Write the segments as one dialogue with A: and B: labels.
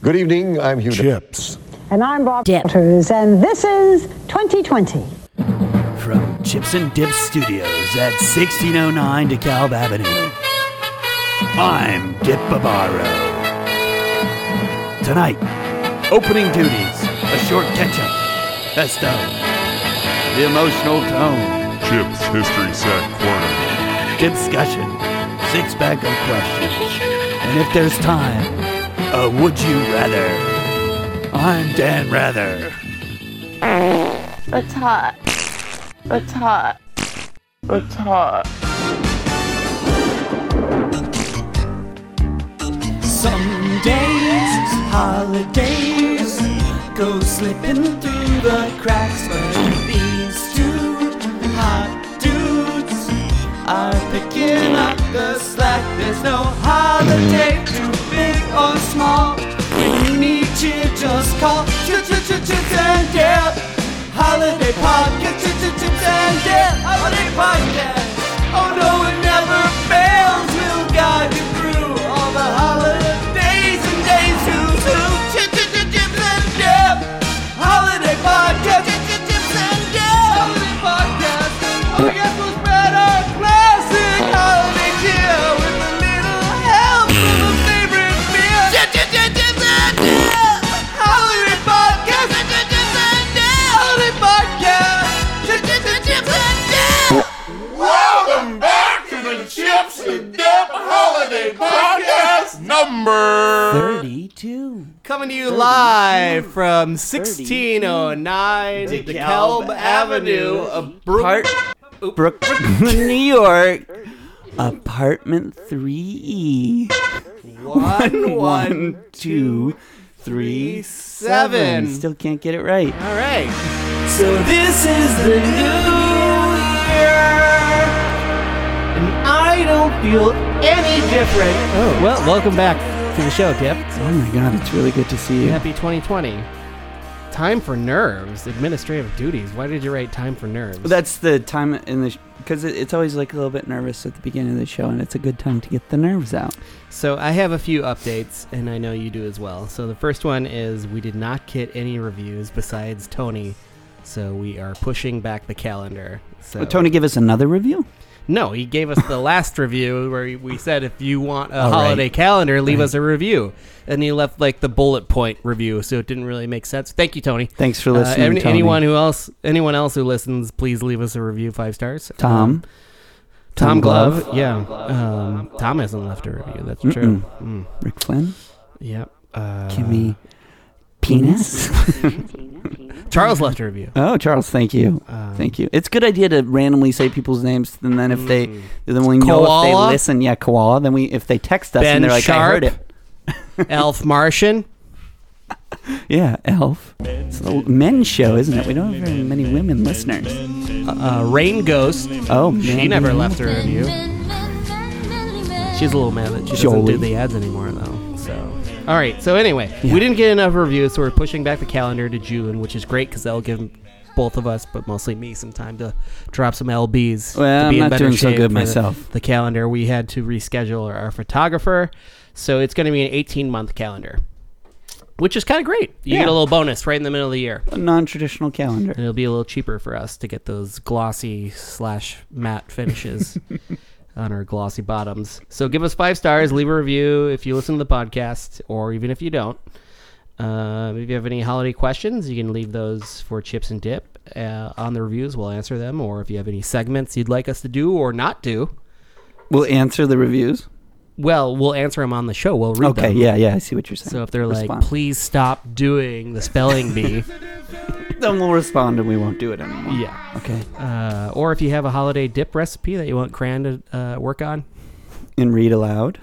A: Good evening. I'm Hugh.
B: Chips.
C: And I'm Bob
D: Dip.
C: Walters, and this is 2020.
E: From Chips and Dip Studios at 1609 DeKalb Avenue, I'm Dip Bavaro. Tonight, opening duties, a short catch-up, pesto, the emotional tone,
F: Chips History Sack Corner.
E: discussion, six-pack of questions, and if there's time, a would you rather. I'm Dan Rather.
G: It's hot. It's hot. It's hot.
H: Some days, holidays go slipping through the cracks, but these two hot dudes are picking up the slack. There's no holiday too big or small. When you need cheer, just call Ch- ch- ch- chips and dip. Holiday podcast, ch- ch- chips and dip. Holiday podcast. Oh no, it never fails. We'll guide you through all the holidays and days to to ch- ch- ch- chips and dip. Holiday podcast, ch- ch- chips and dip. Holiday podcast. Oh yes, we'll spread our classic holiday cheer with a little help from a favorite beer. Ch- ch- ch- chips and dip. Holiday podcast, ch- ch- chips and dip. Holiday podcast, ch- ch- ch- chips and dip.
F: Welcome back to the Chips and Dip Holiday Podcast number
E: 32.
H: Coming to you live from 1609 DeKalb Avenue, of Brook.
E: Part- Brooklyn, New York. Apartment 3E.
H: One, one,
E: One, two, three,
H: seven.
E: seven. Still can't get it right.
H: All right. So this is the new year. And I don't feel any different. Oh, well, welcome back to the show, Dip.
E: Oh my god, it's really good to see you.
I: Happy 2020. Time for nerves, administrative duties. Why did you write time for nerves?
E: That's the time in the because it, it's always like a little bit nervous at the beginning of the show, and it's a good time to get the nerves out.
I: so I have a few updates, and I know you do as well. So the first one is we did not get any reviews besides Tony, so we are pushing back the calendar. So
E: Will Tony, give us another review.
I: no, he gave us the last review where we said if you want a
E: Oh, right.
I: holiday calendar, leave us a review, and he left like the bullet point review, so it didn't really make sense. Thank you, Tony.
E: Thanks for
I: Uh,
E: listening,
I: any-
E: Tony.
I: Anyone who else, anyone else who listens, please leave us a review, five stars. Um,
E: Tom,
I: Tom,
E: Tom
I: Glove, yeah. Um, Tom hasn't left a review. That's true. Mm.
E: Rick Flynn,
I: Yep. Uh,
E: Kimmy, penis.
I: Charles left a review.
E: oh, Charles, thank you,
I: Um,
E: thank you. It's a good idea to randomly say people's names, and then if they then we know if
I: Hmm. Koala?
E: they listen, yeah, koala. Then we if they text us
I: Ben
E: and they're like, I
I: Sharp?
E: heard it.
I: Elf Martian.
E: Yeah, elf. It's a little men's show, isn't it? We don't have very many women listeners.
I: Uh, Rain Ghost.
E: Oh man,
I: She never left a review. She's a little mad that she doesn't
E: Jolie.
I: do the ads anymore, though. So, all right. So anyway, we didn't get enough reviews, so we're pushing back the calendar to June, which is great because that'll give both of us, but mostly me, some time to drop some lbs.
E: Well,
I: to
E: I'm
I: be in
E: not
I: better
E: doing so
I: shape
E: good
I: for the-
E: myself.
I: The, calendar we had to reschedule our, our photographer, so it's going to be an 18 month calendar, which is kind of great. You
E: Yeah.
I: get a little bonus right in the middle of the year.
E: A non-traditional calendar.
I: And it'll be a little cheaper for us to get those glossy slash matte finishes on our glossy bottoms. So give us five stars, leave a review if you listen to the podcast, or even if you don't. Um, if you have any holiday questions, you can leave those for Chips and Dip uh, on the reviews. We'll answer them. Or if you have any segments you'd like us to do or not do,
E: We'll answer the reviews.
I: well, we'll answer them on the show. We'll read
E: Okay,
I: them.
E: yeah, yeah, I see what you're saying.
I: So if they're like,
E: Respond.
I: please stop doing the spelling bee,
E: then we'll respond and we won't do it anymore.
I: yeah.
E: Okay.
I: uh, or if you have a holiday dip recipe that you want Cran to uh, work on.
E: And read aloud.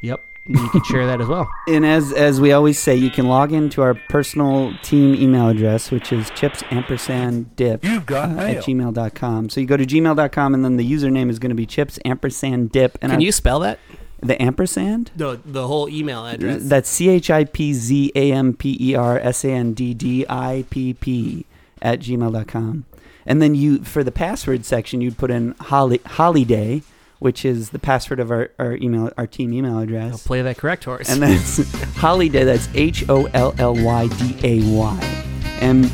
I: Yep, you can share that as well.
E: And as as we always say, you can log into our personal team email address, which is chips ampersand dip
B: You've got
E: at
B: mail.
E: gmail.com. So you go to gmail.com and then the username is going to be chips ampersand dip. And
I: Can
E: our-
I: you spell that?
E: the ampersand?
I: No, the whole email address.
E: That's C H I P Z A M P E R S A N D D I P P at gmail.com. And then you, for the password section, you'd put in holly, holiday which is the password of our, our email, our team email address.
I: Play that correct horse.
E: and that's Holiday. That's H O L L Y D A Y. And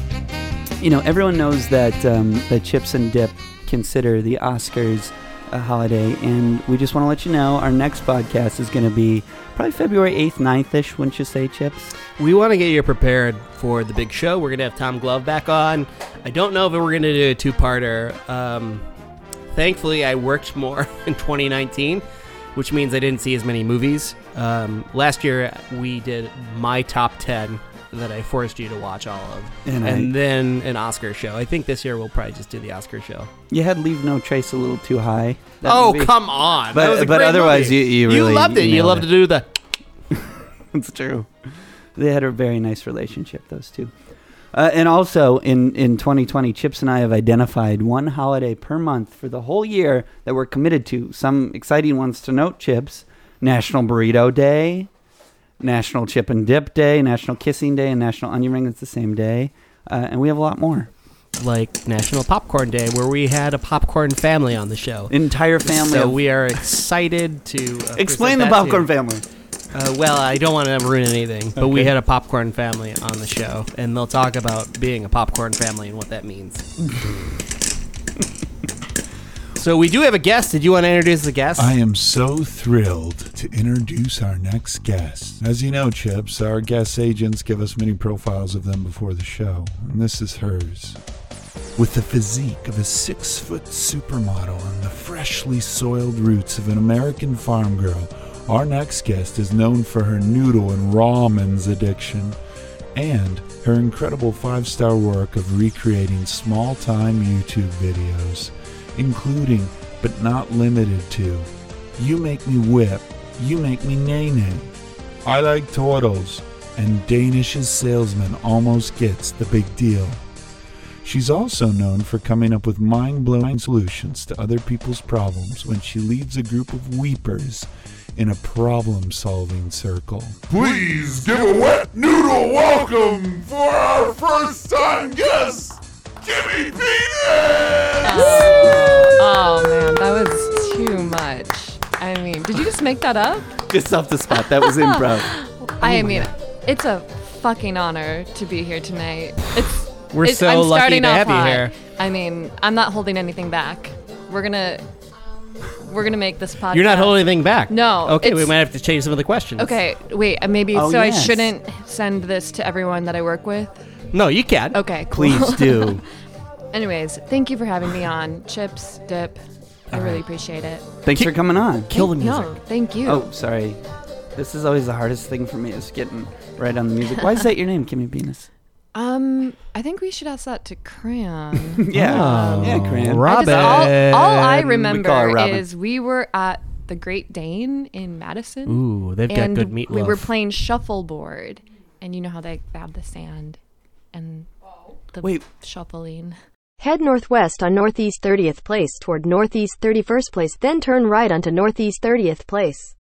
E: you know, everyone knows that um, that Chips and Dip consider the Oscars a holiday, and we just want to let you know our next podcast is going to be probably February eighth, 9th ish. Wouldn't you say, Chips?
I: We want to get you prepared for the big show. We're going to have Tom Glove back on. I don't know if we're going to do a two parter. Um, thankfully, I worked more in 2019, which means I didn't see as many movies. Um, last year, we did my top 10 that I forced you to watch all of,
E: And I-
I: then an Oscar show. I think this year we'll probably just do the Oscar show.
E: You had Leave No Trace a little too high. That
I: Oh,
E: movie-
I: come on.
E: But-
I: That was a
E: but
I: great
E: otherwise
I: movie.
E: you- you really
I: loved it. You
E: nailed
I: loved
E: it.
I: to do the.
E: It's true. They had a very nice relationship, those two. Uh, and also in, in 2020, Chips and I have identified one holiday per month for the whole year that we're committed to. Some exciting ones to note, Chips National Burrito Day, National Chip and Dip Day, National Kissing Day, and National Onion Ring. That's the same day. Uh, and we have a lot more.
I: like National Popcorn Day, where we had a popcorn family on the show.
E: Entire family.
I: So
E: of-
I: we are excited to uh,
E: Explain
I: present
E: the
I: that to
E: popcorn
I: you.
E: family.
I: Uh, well, I don't want to ruin anything, but we had a popcorn family on the show, and they'll talk about being a popcorn family and what that means. so we do have a guest. Did you want to introduce the guest?
J: I am so thrilled to introduce our next guest. As you know, Chips, our guest agents give us many profiles of them before the show, and this is hers. With the physique of a six foot supermodel and the freshly soiled roots of an American farm girl, our next guest is known for her noodle and ramen's addiction and her incredible five star work of recreating small time YouTube videos, including but not limited to You Make Me Whip, You Make Me Nay Nay, I Like Turtles, and Danish's Salesman Almost Gets the Big Deal. She's also known for coming up with mind blowing solutions to other people's problems when she leads a group of weepers in a problem solving circle.
K: Please give a wet noodle welcome for our first time guest, Jimmy Peters!
G: Oh man, that was too much. I mean, did you just make that up?
E: Just off the spot. That was improv.
G: I mean, it's a fucking honor to be here tonight. It's
I: We're
G: it's-
I: so
G: I'm
I: lucky
G: starting
I: to
G: off
I: have you
G: hot.
I: here.
G: I mean, I'm not holding anything back. We're gonna we're gonna make this podcast.
I: You're not holding anything back.
G: No,
I: Okay, we
G: it's-
I: might have to change some of the questions.
G: Okay, wait. uh, Maybe
E: Oh,
G: so I
E: yes.
G: shouldn't send this to everyone that I work with.
I: No, you can.
G: Okay, cool.
E: Please do.
G: Anyways, thank you for having me on. Chips, dip. I really appreciate it.
E: Thanks for coming on.
I: Kill the music.
G: No, thank you.
E: Oh, sorry. This is always the hardest thing for me is getting right on the music. Why is that your name, Kimmy Penis?
G: Um, I think we should ask that to Crayon.
E: Yeah. Oh. yeah, Cran.
G: I just- all- all, I
E: Robin. We call her
G: remember
E: Robin.
G: is we were at the Great Dane in Madison.
I: Ooh, they've got
G: and
I: good meatloaf.
G: We were playing shuffleboard, and you know how they have the sand and the
E: Wait.
G: shuffling.
L: Head northwest on northeast 30th place toward northeast 31st place, then turn right onto northeast 30th place.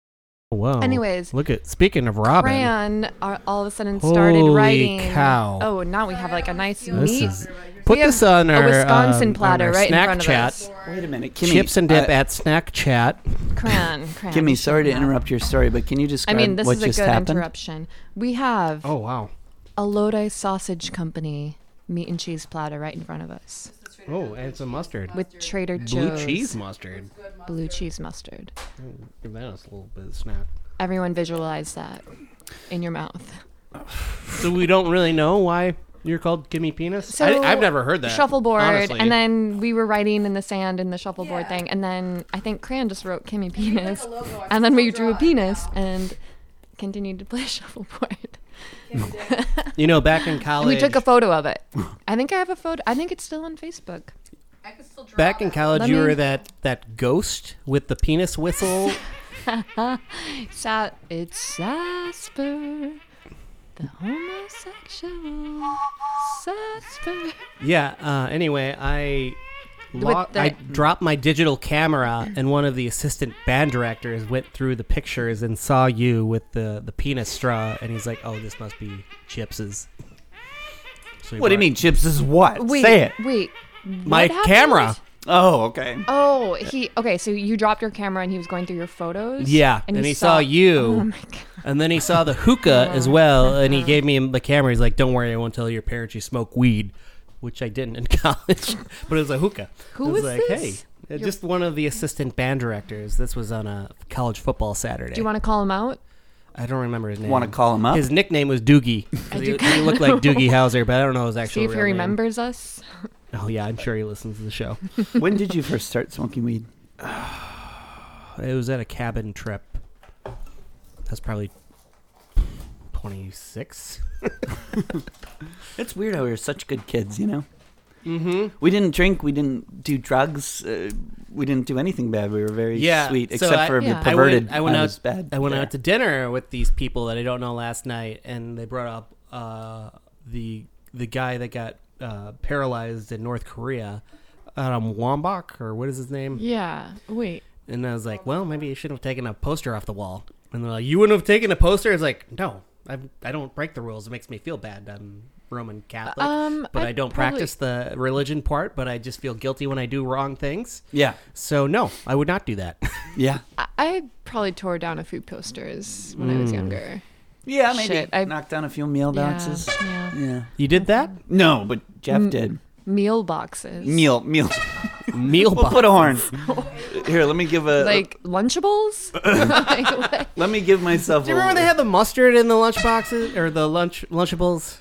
I: Whoa.
G: Anyways.
I: look at speaking of Robin.
G: Crayon are, all of a sudden started
I: Holy
G: writing.
I: cow.
G: Oh, now we have like a nice
I: This
G: meat.
I: is- put
G: we have
I: this on our
G: a Wisconsin
I: um, on
G: platter
I: our
G: right
I: snack
G: in front
I: chat.
G: of us.
E: Wait a minute. Kimmy,
I: Chips and dip
E: uh,
I: at snack chat.
G: Crayon, crayon.
E: Kimmy,
G: you
E: sorry to
G: shouldn't have.
E: interrupt your story, but can you
G: I
E: describe
G: mean, this
E: what
G: is a
E: just
G: good
E: happened?
G: interruption. We have
I: Oh wow.
G: a Lodi sausage company meat and cheese platter right in front of us
I: Oh, and some mustard
G: with Trader
I: blue
G: Joe's
I: cheese mustard.
G: blue cheese mustard.
I: Give that a little bit of snack.
G: Everyone visualize that in your mouth.
I: So we don't really know why you're called Gimme Penis.
G: So
I: I, have never heard that.
G: shuffleboard,
I: honestly.
G: and then we were writing in the sand in the shuffleboard thing, and then I think Cran just wrote Kimmy penis, and then we drew a penis and continued to play shuffleboard.
I: you know back in
G: And
I: college.
G: we took a photo of it. I think I have a photo. I think it's still on Facebook.
I: back in college.
G: Let
I: You
G: me-
I: were that that ghost with the penis whistle.
G: Sa- it's Sasper, the homosexual Sasper.
I: yeah. Uh, anyway, I. Lo-
G: With the-
I: I dropped my digital camera, and one of the assistant band directors went through the pictures and saw you with the, the penis straw, and he's like, "Oh, this must be Chips's." So he
E: What do you
I: brought-
E: mean, Chips is what?
G: Wait,
E: Say it.
G: wait.
I: My
G: what happened?
I: camera.
E: Oh, okay.
G: Oh, he okay. So you dropped your camera and he was going through your photos.
I: Yeah, and, he, saw, you,
G: Oh my
I: and then he saw the hookah as well, and he gave me the camera. He's like, "Don't worry, I won't tell your parents you smoke weed," which I didn't in college, but it was a hookah.
G: Who
I: I was
G: is
I: like,
G: this?
I: "Hey, uh,
G: Your-
I: just one of the assistant band directors." This was on a college football Saturday.
G: Do you want to call him out?
I: I don't remember his name.
E: Wanna call him up?
I: His nickname was Doogie.
G: I
I: he,
G: do
I: he looked like Doogie Howser, but I don't know his actual
G: See if he
I: real name.
G: remembers us.
I: Oh yeah, I'm sure he listens to the show.
E: when did you first start smoking weed?
I: It was at a cabin trip. That's probably 26.
E: It's weird how we were such good kids, you know?
I: Mm-hmm.
E: We didn't drink, we didn't do drugs, uh, we didn't do anything bad. We were very
I: Yeah,
E: sweet,
I: so
E: except
I: I-
E: for
G: Yeah.
E: the perverted.
I: I went, I went
E: was
I: out.
E: bad.
I: I went
E: Yeah.
I: out to dinner with these people that I don't know last night, and they brought up uh, the the guy that got uh, paralyzed in North Korea, Adam Wambach, or what is his name?
G: Yeah. Wait.
I: And I was like, well, maybe you should have taken a poster off the wall. And they're like, you wouldn't have taken a poster. It's like, no, I I don't break the rules. It makes me feel bad. I'm Roman Catholic,
G: Um,
I: but I,
G: I
I: don't
G: probably-
I: practice the religion part. But I just feel guilty when I do wrong things.
E: Yeah.
I: So no, I would not do that.
E: Yeah.
G: I, I probably tore down a few posters when I
I: Hmm.
G: was younger.
E: Yeah, maybe.
G: Shit,
E: I
G: I-
E: knocked down a few meal boxes.
G: Yeah.
E: Yeah.
I: you did that?
E: No, but Jeff
I: Mm.
E: did.
G: Meal boxes.
E: Meal, meal.
I: Meal
E: We'll
I: box.
E: put a horn. Here, let me give a.
G: Like Lunchables. like, what?
E: let me give myself.
I: Do you remember
E: a,
I: they had the mustard in the lunch boxes or the lunch lunchables?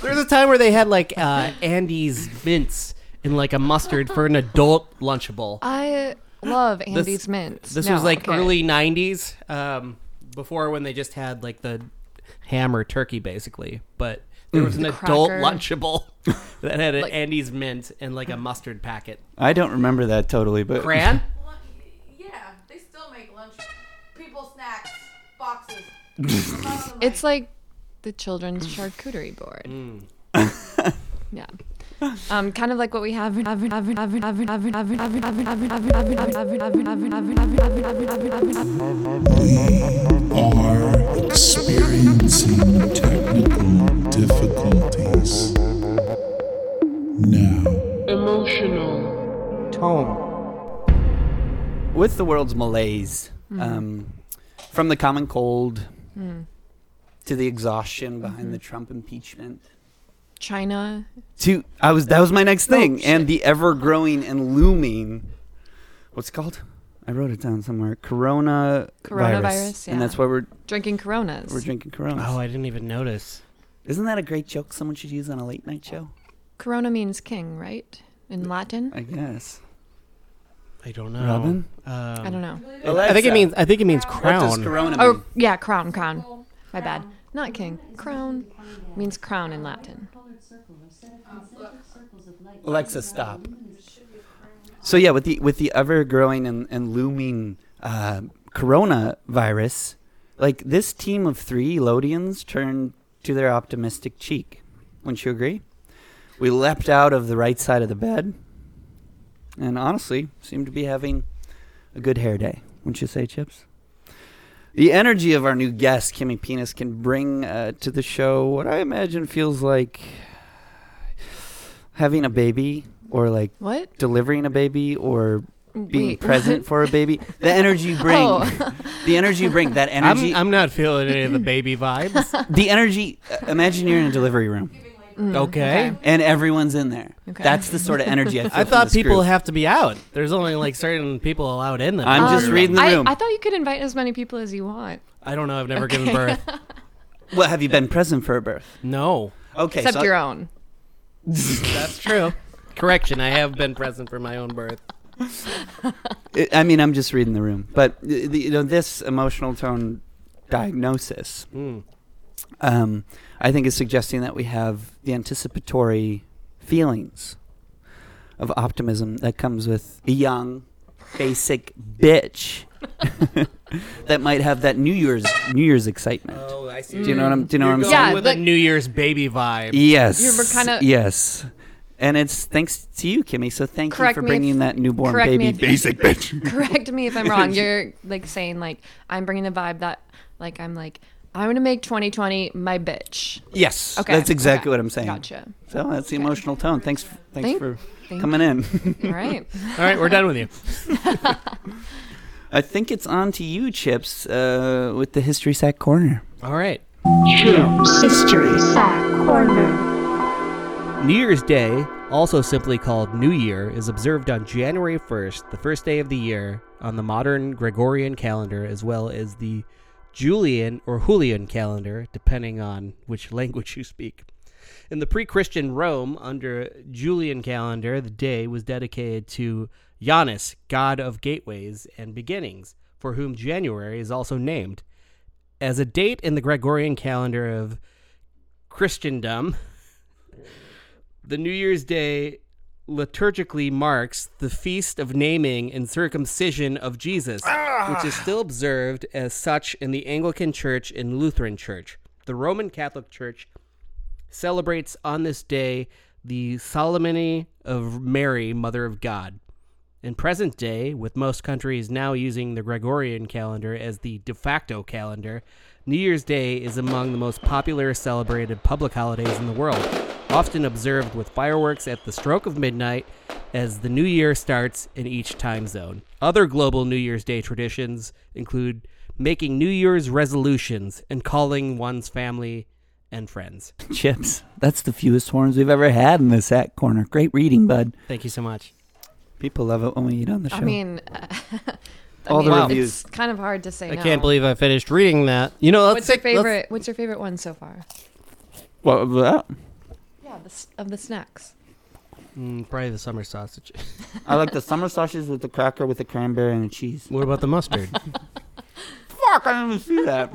I: there was a time where they had like uh, Andy's mints in like a mustard for an adult lunchable.
G: I love Andy's mints.
I: This
G: No,
I: was like
G: okay.
I: early '90s, um, before when they just had like the ham or turkey, basically. But there was an adult
G: Cracker.
I: lunchable that had an
G: Like-
I: Andy's mint and like a mustard packet.
E: I don't remember that totally, but
I: Cran,
F: Yeah, they still make lunch. People snacks, boxes.
G: It's like the children's charcuterie board. yeah. Um, kind of like what we have in
J: Are experiencing technical difficulties. Now,
M: Emotional.
E: with the world's malaise,
I: Mm-hmm.
E: um, from the common cold
I: Mm.
E: to the exhaustion behind
I: Mm-hmm.
E: the Trump impeachment,
G: China.
E: to I was that was my next thing, and the ever growing and looming, what's it called? I wrote it down somewhere. Corona
G: Coronavirus, yeah.
E: and that's why we're
G: Drinking Coronas.
E: we're drinking Corona.
I: Oh, I didn't even notice.
E: Isn't that a great joke someone should use on a late night show?
G: Corona means king, right? In Latin?
E: I guess.
I: I don't know.
E: Robin?
I: Um,
G: I don't know.
I: I think it means. I think it means
E: what does
I: crown.
E: Corona mean?
G: Oh, yeah, crown, crown. My bad. Not king. Crown means crown in Latin.
E: Alexa, stop. So yeah, with the with the ever growing and, and looming uh, coronavirus, like this team of three Lodians turned to their optimistic cheek. Wouldn't you agree? We leapt out of the right side of the bed, and honestly, seemed to be having a good hair day. Wouldn't you say, Chips? The energy of our new guest, Kimmy Penis, can bring uh, to the show what I imagine feels like having a baby or like
G: What?
E: delivering a baby or being
G: Wait,
E: present
G: what?
E: for a baby. The energy you bring,
G: Oh.
E: the energy you bring, that energy,
I: I'm, I'm not feeling any of the baby vibes.
E: the energy. uh, Imagine you're in a delivery room
G: Hmm,
I: okay.
E: and everyone's in there.
G: Okay.
E: That's the sort of energy I feel.
I: I
E: from
I: thought
E: this
I: people
E: group.
I: have to be out. There's only like certain people allowed in them.
E: I'm just
G: Um,
E: reading the
G: I,
E: room.
G: I thought you could invite as many people as you want.
I: I don't know. I've never given birth.
E: well, have you been present for a birth?
I: No.
E: Okay,
G: Except
E: so
G: your own.
I: That's true. Correction, I have been present for my own birth.
E: I- I mean, I'm just reading the room, but y- the, you know, this emotional tone diagnosis,
I: Hmm.
E: um, I think, is suggesting that we have the anticipatory feelings of optimism that comes with a young, basic bitch that might have that New Year's New Year's excitement.
I: Oh, I see.
E: do you know what I'm? Do you know what I'm
I: Going
E: saying?
G: Yeah,
I: with a
G: like-
I: New Year's baby vibe.
E: Yes.
G: You were kinda-
E: yes. And it's thanks to you, Kimmy. So thank
G: Correct
E: you for
G: me
E: bringing
G: if-
E: that newborn
G: correct me
E: baby.
G: if-
E: basic bitch.
G: correct me if I'm wrong. You're like saying like I'm bringing the vibe that like I'm like I'm gonna make 2020 my bitch.
E: Yes, that's exactly
G: okay.
E: what I'm saying.
G: Gotcha.
E: So that's the emotional tone. Thanks, thanks
G: Thank-
E: for
G: thank
E: coming in.
G: All right.
I: All right, we're done with you.
E: I think it's on to you, Chips, uh, with the history sack corner.
I: All right.
N: Chips History Sack Corner.
I: New Year's Day, also simply called New Year, is observed on January 1st, the first day of the year, on the modern Gregorian calendar, as well as the Julian or Julian calendar, depending on which language you speak. In the pre Christian Rome, under Julian calendar, the day was dedicated to Janus, god of gateways and beginnings, for whom January is also named. As a date in the Gregorian calendar of Christendom, the New Year's Day liturgically marks the feast of naming and circumcision of Jesus, which is still observed as such in the Anglican Church and Lutheran Church. The Roman Catholic Church celebrates on this day the Solemnity of Mary, Mother of God. In present day, with most countries now using the Gregorian calendar as the de facto calendar, New Year's Day is among the most popular celebrated public holidays in the world, often observed with fireworks at the stroke of midnight as the new year starts in each time zone. Other global New Year's Day traditions include making New Year's resolutions and calling one's family and friends.
E: Chips, that's the fewest horns we've ever had in the sack corner. Great reading, bud.
I: Thank you so much.
E: People love it when we eat on the show.
G: I mean, uh, I
E: All the
G: mean,
E: reviews.
G: It's kind of hard to say.
I: I
G: no.
I: can't believe I finished reading that. You know, let's
G: What's your
I: take- let's-
G: favorite? What's your favorite one so far?
E: what was that?
G: Yeah, the, s- of the snacks.
I: Mm, probably the summer sausage.
E: I like the summer sausages with the cracker with the cranberry and the cheese.
I: What about the mustard?
E: Fuck, I didn't even see that.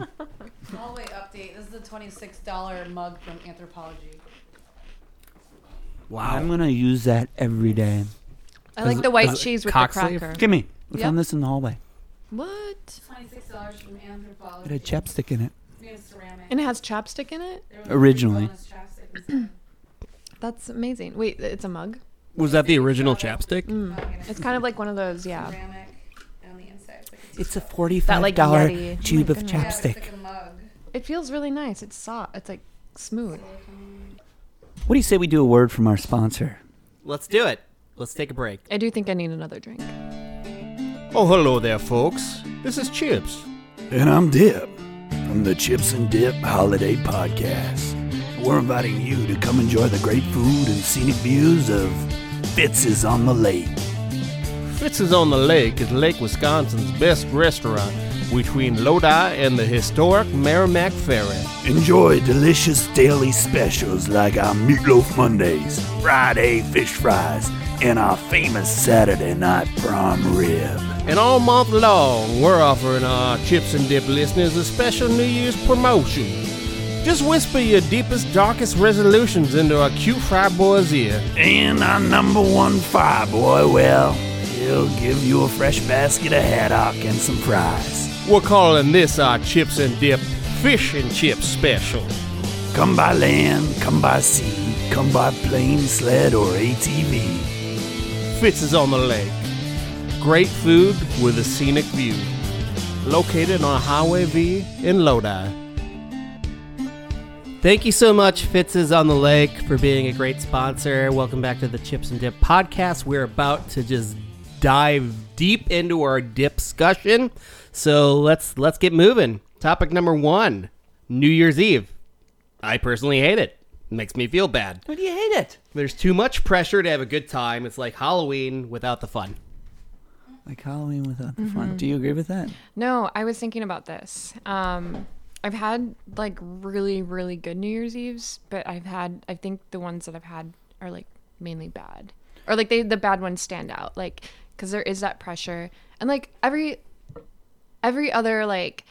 F: Hallway update. This is a twenty-six dollar mug from Anthropology.
E: Wow. I'm going to use that every day.
G: I like the white cheese with the cracker.
E: Give me. We
G: Yep.
E: found this in the hallway.
G: What?
F: Twenty-six dollars from
E: It
F: Anthropology.
E: had chapstick in it
F: Made of ceramic.
G: And it has chapstick in it.
E: originally.
G: That's amazing. Wait, it's a mug.
I: Was that the original chapstick?
G: Mm. It's kind of like one of those. Yeah.
E: It's a
G: That
E: forty-five
G: like
E: dollar
G: Yeti. Oh my
E: tube of
G: goodness.
E: chapstick.
G: It feels really nice. It's soft. It's like smooth.
E: What do you say we do a word from our sponsor?
I: Let's do it. Let's take a break.
G: I do think I need another drink.
H: Oh, hello there, folks. This is Chips.
E: And I'm
H: Dip from the Chips and Dip Holiday Podcast. We're inviting you to come enjoy the great food and scenic views of Fitz's on the Lake.
O: Fritz's on the Lake is Lake Wisconsin's best restaurant between Lodi and the historic Merrimack Ferry.
H: Enjoy delicious daily specials like our Meatloaf Mondays, Friday fish fries, and our famous Saturday night prime rib.
O: And all month long, we're offering our Chips and Dip listeners a special New Year's promotion. Just whisper your deepest, darkest resolutions into our cute fry boy's ear.
H: And our number one fry boy, well, he'll give you a fresh basket of haddock and some fries.
O: We're calling this our Chips and Dip Fish and Chips Special.
H: Come by land, come by sea, come by plane, sled, or ATV.
O: Fitz is on the lake. Great food with a scenic view. Located on Highway V in Lodi.
I: Thank you so much, Fitz's on the Lake, for being a great sponsor. Welcome back to the Chips and Dip podcast. We're about to just dive deep into our dip discussion, so let's let's get moving. Topic number one: New Year's Eve. I personally hate it. It makes me feel bad.
E: Why do you hate it?
I: There's too much pressure to have a good time. It's like Halloween without the fun.
E: Like Halloween without the fun.
G: Mm-hmm.
E: Do you agree with that?
G: No, I was thinking about this. Um, I've had like really, really good New Year's Eves, but I've had I think the ones that I've had are like mainly bad, or like they the bad ones stand out, like because there is that pressure, and like every every other like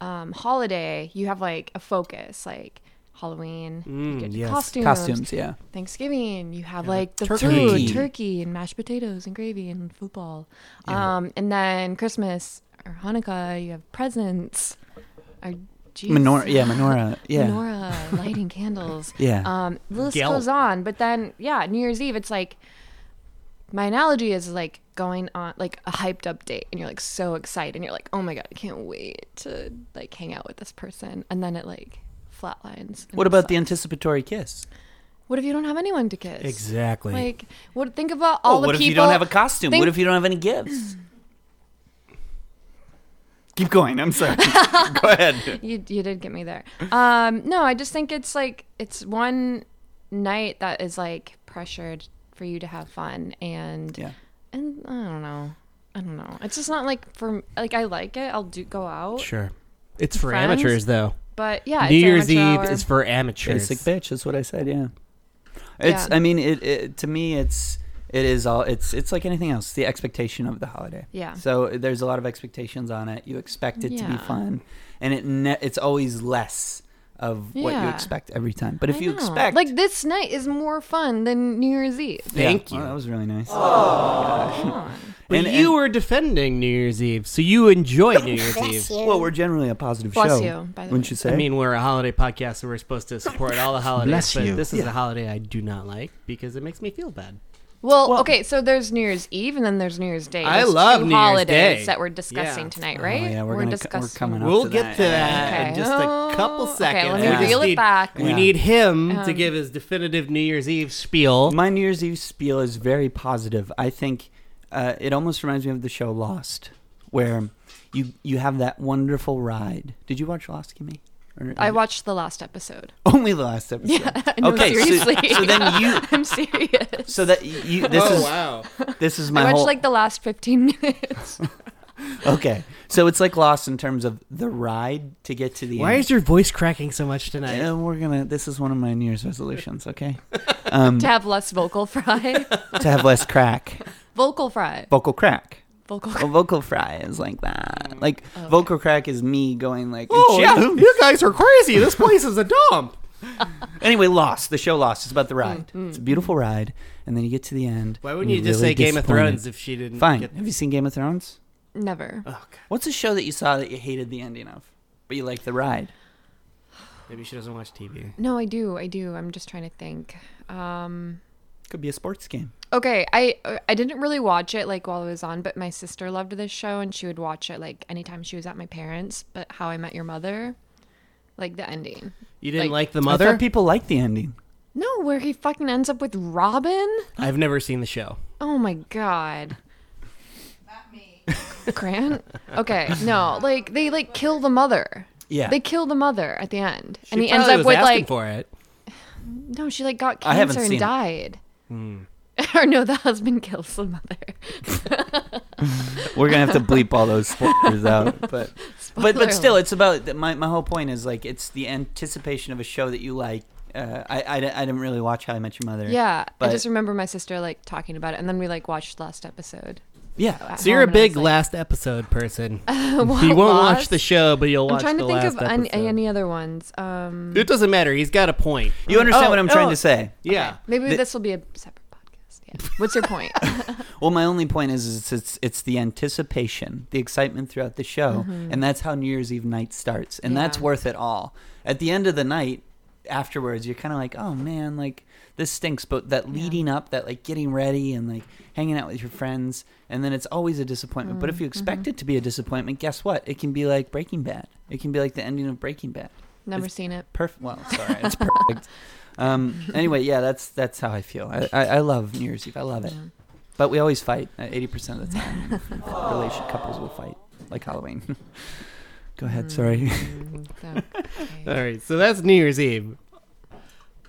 G: um, holiday, you have like a focus, like Halloween, you
E: Mm,
G: get
E: yes.
G: costumes,
E: Costumes, yeah.
G: Thanksgiving, you have like the
E: turkey.
G: food, turkey and mashed potatoes and gravy and football. Um, and then Christmas or Hanukkah, you have presents. Or, geez.
E: Menorah- yeah, menorah, yeah.
G: Menorah, lighting candles.
E: Yeah.
G: Um, the list
E: Gel.
G: goes on. But then, yeah, New Year's Eve, it's like, my analogy is like going on like a hyped up date and you're like so excited and you're like, oh my god, I can't wait to like hang out with this person, and then it like flatlines. and
H: What
G: it
H: about
G: sucks.
H: the anticipatory kiss?
G: What if you don't have anyone to kiss?
H: Exactly.
G: Like, what? Think about all
H: oh,
G: the
H: what if
G: people.
H: you don't have a costume?
G: Think-
H: What if you don't have any gifts? Keep going. I'm sorry. Go ahead.
G: you you did get me there. Um, no, I just think it's like it's one night that is like pressured for you to have fun and
H: Yeah.
G: and I don't know. I don't know. It's just not like for like I like it. I'll do go out.
I: Sure. It's for
G: Friends?
I: amateurs, though.
G: But yeah,
I: New
G: it's
I: Year's
G: amateur
I: Eve
G: hour.
I: is for amateurs.
E: Basic bitch. That's what I said. Yeah. It's.
G: Yeah.
E: I mean, it, it. To me, it's. It is all. It's. It's like anything else. The expectation of the holiday.
H: Yeah.
E: So there's a lot of expectations on it. You expect it to be
H: Yeah.
E: fun, and it. Ne- it's always less of what you
G: Yeah.
E: expect every time. But if
G: I
E: you
G: know.
E: expect,
G: like this night is more fun than New Year's Eve.
E: you. that was really nice.
I: But
E: And-
I: you were defending New Year's Eve, so you enjoy New Year's Eve.
E: Well, we're generally a positive show. wouldn't you say?
I: I mean, we're a holiday podcast, so we're supposed to support all the holidays.
E: Bless
I: but
E: you.
I: this is
E: Yeah.
I: a holiday I do not like because it makes me feel bad.
G: Well, okay, so there's New Year's Eve and then there's New Year's Day.
I: I
G: There's
I: love
G: two
I: New Year's
G: holidays
I: Day.
G: that we're discussing tonight, right?
E: yeah, we're gonna co- we're coming up
I: We'll
E: to
I: get
E: that.
I: to that
G: Okay.
I: in just a couple seconds.
G: let me
I: We just
G: reel it
I: need-
G: back.
I: We
E: Yeah.
I: need him to
G: Um,
I: give his definitive New Year's Eve spiel.
E: My New Year's Eve spiel is very positive. I think uh, it almost reminds me of the show Lost, where you you have that wonderful ride. Did you watch Lost, Kimmy? Or-
G: I watched the last episode.
E: only the last episode.
G: Yeah, no,
E: okay, so-
G: seriously.
E: So, then you.
G: I'm serious.
E: So that you. This
G: Oh,
E: is
G: wow.
E: This is
G: I
E: my
G: watched
E: whole.
G: like the last 15 minutes.
E: okay, so it's like Lost in terms of the ride to get to the.
I: Why
E: end.
I: is your voice cracking so much tonight?
E: Yeah, uh, we're gonna. This is one of my New Year's resolutions. Okay, um,
G: to have less vocal fry.
E: to have less crack.
G: vocal fry.
E: vocal crack.
G: Vocal
E: A vocal fry is like that. Like vocal crack is me going like,
I: Oh,
E: "Shit,
I: yeah,
E: who-"
I: you guys are crazy. This place is a dump.
E: Anyway, Lost. The show Lost. It's about the ride. It's a beautiful ride, and then you get to the end.
I: Why wouldn't
E: and
I: you
E: you're
I: just
E: really
I: say Game of
E: disappointed.
I: Thrones if she didn't
E: Fine.
I: get-
E: Have you seen Game of Thrones?
G: Never.
E: Uh. What's a show that you saw that you hated the ending of, but you liked the ride?
I: Maybe she doesn't watch TV.
G: No, I do. I do. I'm just trying to think. Um,
E: Could be a sports game.
G: okay, I I didn't really watch it like while it was on, but my sister loved this show and she would watch it like anytime she was at my parents. But How I Met Your Mother, like the ending.
I: You didn't like, the
E: I
I: mother?
E: thought people liked the ending.
G: No, where he fucking ends up with Robin.
I: I've never seen the show.
G: Oh my god. Not me. Grant? Okay, no. Like they like kill the mother.
I: Yeah.
G: They kill the mother at the end.
I: She
G: and he ends
I: probably
G: up
I: was
G: with
I: asking
G: like
I: for it.
G: No, she like got
I: I haven't
G: cancer and
I: seen it. Hmm.
G: died. or no, the husband kills the mother.
E: We're gonna have to bleep all those spoilers out, but but
G: Spoiler
E: but still, it's about my my whole point is like it's the anticipation of a show that you like. Uh, I, I di- I didn't really watch How I Met Your Mother.
G: yeah.
E: but
G: I just remember my sister like talking about it and then we like watched last episode.
E: yeah.
G: at
I: So you're a
G: home, and I was
I: big
G: like-
I: last episode person.
G: Uh, what,
I: you won't watch
G: Lost?
I: the show, but you'll
G: I'm
I: watch
G: trying
I: the
G: to think
I: last
G: of any,
I: episode.
G: any other ones. Um
I: It doesn't matter. He's got a point.
E: You
G: Oh,
E: understand what I'm trying to say?
I: Yeah.
G: Maybe
E: The-
G: this will be a separate podcast. Yeah. What's your point?
E: Well, my only point is, is it's it's the anticipation, the excitement throughout the show,
H: Mhm.
E: and that's how New Year's Eve night starts, and that's
H: Yeah.
E: worth it all. At the end of the night, afterwards, you're kind of like, oh man, like this stinks. But that leading up, that like getting ready and like hanging out with your friends, and then it's always a disappointment. But if you expect it to be a disappointment, guess what? It can be like Breaking Bad. It can be like the ending of Breaking Bad.
G: Never
E: It's
G: seen it.
E: Perfect. Well, sorry, it's perfect. um. Anyway, yeah, that's that's how I feel. I, I, I love New Year's Eve. I love it. But we always fight uh, eighty percent of the time. Relation couples will fight like Halloween. Go ahead. Sorry.
I: All right, so that's New Year's Eve.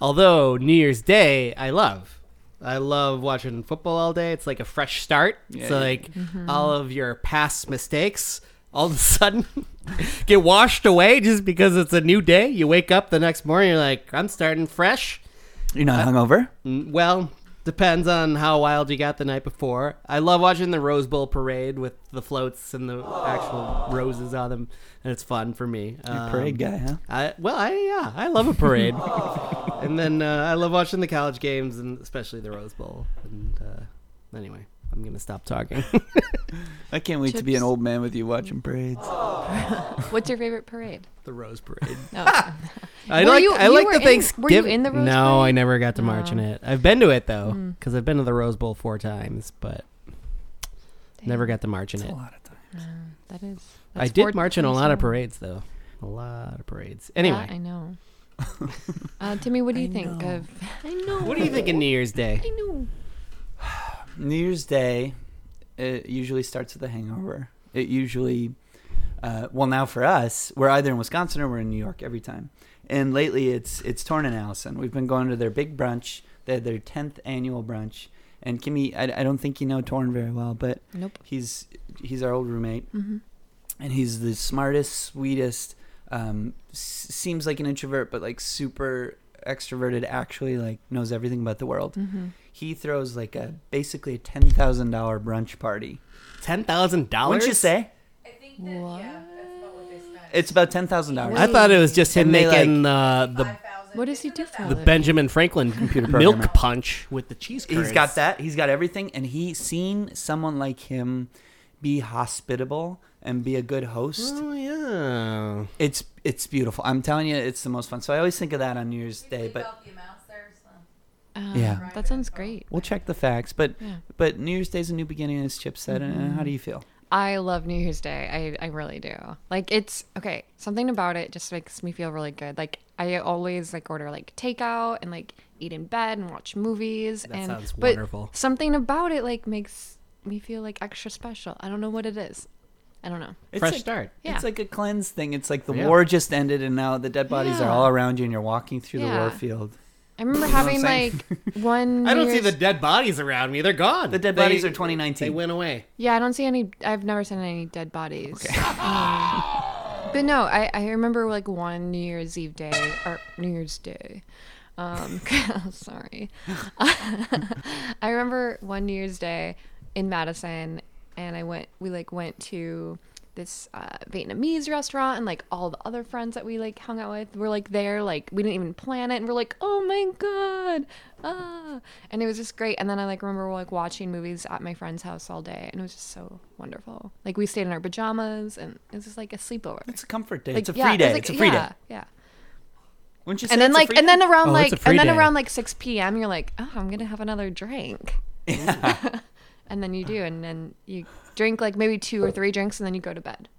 I: Although New Year's Day, I love. I love watching football all day. It's like a fresh start.
H: Yeah,
I: so
H: yeah.
I: like
G: Mm-hmm.
H: Mhm.
I: all of your past mistakes all of a sudden get washed away just because it's a new day. You wake up the next morning, you're like, I'm starting fresh.
E: You're not hungover.
I: Mm, Well, depends on how wild you got the night before. I love watching the Rose Bowl parade with the floats and the actual roses on them, and it's fun for me. Um,
E: You're a parade guy, huh?
I: I, well, I yeah, I love a parade, and then uh, I love watching the college games and especially the Rose Bowl. And uh, anyway, I'm gonna stop talking.
E: I can't wait to be an old man with you watching parades.
G: What's your favorite parade? Oh,
I: The Rose Parade.
G: No.
I: I
G: Were
I: like
G: you-
I: I
G: you
I: like
G: were
I: the
G: in-
I: Thanksgiving.
G: Were you in the Rose
I: no,
G: Parade?
I: I never got to march in it. I've been to it though
G: Mm.
I: because I've been to the Rose Bowl four times, but Never got to march in
G: That's
I: it.
G: a lot of times. that is.
I: I
G: that's
I: did
G: four
I: march in a
G: times
I: lot of
G: more.
I: parades though. A lot of parades.
G: Yeah,
I: Anyway,
G: I know. uh, Timmy, what do you think of? I know.
I: what do you think of New Year's Day?
G: I know.
E: New Year's Day, it usually starts with a hangover. It usually, uh, well, now for us, we're either in Wisconsin or we're in New York every time. And lately, it's it's Torn and Allison. We've been going to their big brunch. They had their tenth annual brunch. And Kimmy, I, I don't think you know Torn very well, but
G: Nope.
E: he's he's our old roommate,
G: Mhm.
E: and he's the smartest, sweetest. Um, s- seems like an introvert, but like super extroverted. Actually, like knows everything about the world.
I: Mhm.
E: He throws like a basically a ten thousand dollar brunch party.
I: Ten thousand dollars?
E: Wouldn't you say? It's about ten thousand dollars.
I: I thought it was just him
E: And they,
I: making uh, the
G: What does he do for a
I: the
G: living?
I: Benjamin Franklin
E: Computer programmer.
I: milk punch with the cheese.
E: He's got that. He's got everything, and he's seen someone like him be hospitable and be a good host.
I: Oh yeah,
E: it's it's beautiful. I'm telling you, it's the most fun. So I always think of that on New Year's Day. But
G: Uh,
E: Yeah.
G: That sounds great.
E: we'll check the facts. But
G: Yeah. Mm-hmm.
E: but New Year's Day's a new beginning, as Chip said. And, and how do you feel?
G: I love New Year's Day. I, I really do. Like it's okay. Something about it just makes me feel really good. Like I always like order like takeout and like eat in bed and watch movies.
I: That
G: and,
I: sounds
G: but
I: wonderful.
G: Something about it like makes me feel like extra special. I don't know what it is. I don't know.
E: like-
G: Yeah.
E: It's like a cleanse thing. It's like the
G: Yeah.
E: war just ended, and now the dead bodies are
G: Yeah.
E: all around you, and you're walking through the
G: Yeah.
E: war field.
G: I remember
E: You know what
G: having
E: I'm
G: like
E: saying?
G: one.
I: I don't
G: New
I: see the
G: Year's-
I: dead bodies around me. They're gone. The
E: dead bodies are 2019.
I: They went away.
G: Yeah, I don't see any. I've never seen any dead bodies. Um, but no, I, I remember like one New Year's Eve day or New Year's Day. Um, sorry. I remember one New Year's Day in Madison, and I went. We like went to this uh, Vietnamese restaurant, and like all the other friends that we like hung out with were like there. Like we didn't even plan it, and we're like, oh my god, ah! And it was just great. And then I like remember like watching movies at my friend's house all day, and it was just so wonderful. Like we stayed in our pajamas, and it was just like a sleepover.
E: It's a comfort day.
G: Like,
E: It's a
G: yeah,
E: free
G: it was,
E: day.
G: like,
E: It's a free
G: yeah,
E: day.
G: Yeah.
E: Wouldn't you say
G: And then
E: Oh, it's
G: like
E: a free
G: and
E: day?
G: then around like and then
I: day.
G: around like 6 p.m. you're like, "Oh, I'm going to have another drink." and then you do and then you drink like maybe two or three drinks and then you go to bed.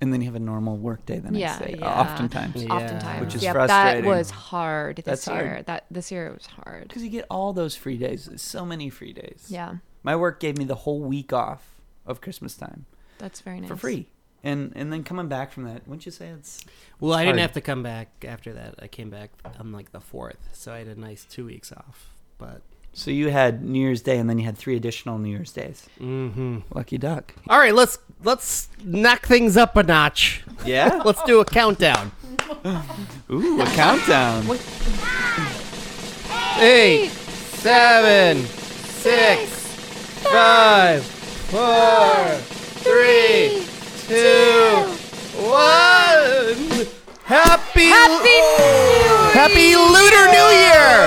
E: and then you have a normal work day the next
G: yeah,
E: day.
G: yeah.
E: Oftentimes,
G: Oftentimes.
E: which is
G: Yep,
E: frustrating.
G: That was hard this
E: That's
G: year.
E: hard.
G: That this year it was hard.
E: Because you get all those free days. So many free days.
G: Yeah.
E: My work gave me the whole week off of Christmas time
G: That's very nice.
E: for free. And and then coming back from that, wouldn't you say it's
I: Well, I didn't
E: hard.
I: have to come back after that. I came back on like the fourth, so I had a nice two weeks off. But
E: So you had New Year's Day and then you had three additional New Year's days.
I: Mm-hmm.
E: Lucky duck.
I: all right, let's let's knock things up a notch.
E: Yeah?
I: let's do a countdown.
E: Ooh, a countdown.
I: Eight, seven, six, five, four, three, two, one. Happy Happy, Happy Lunar New Year!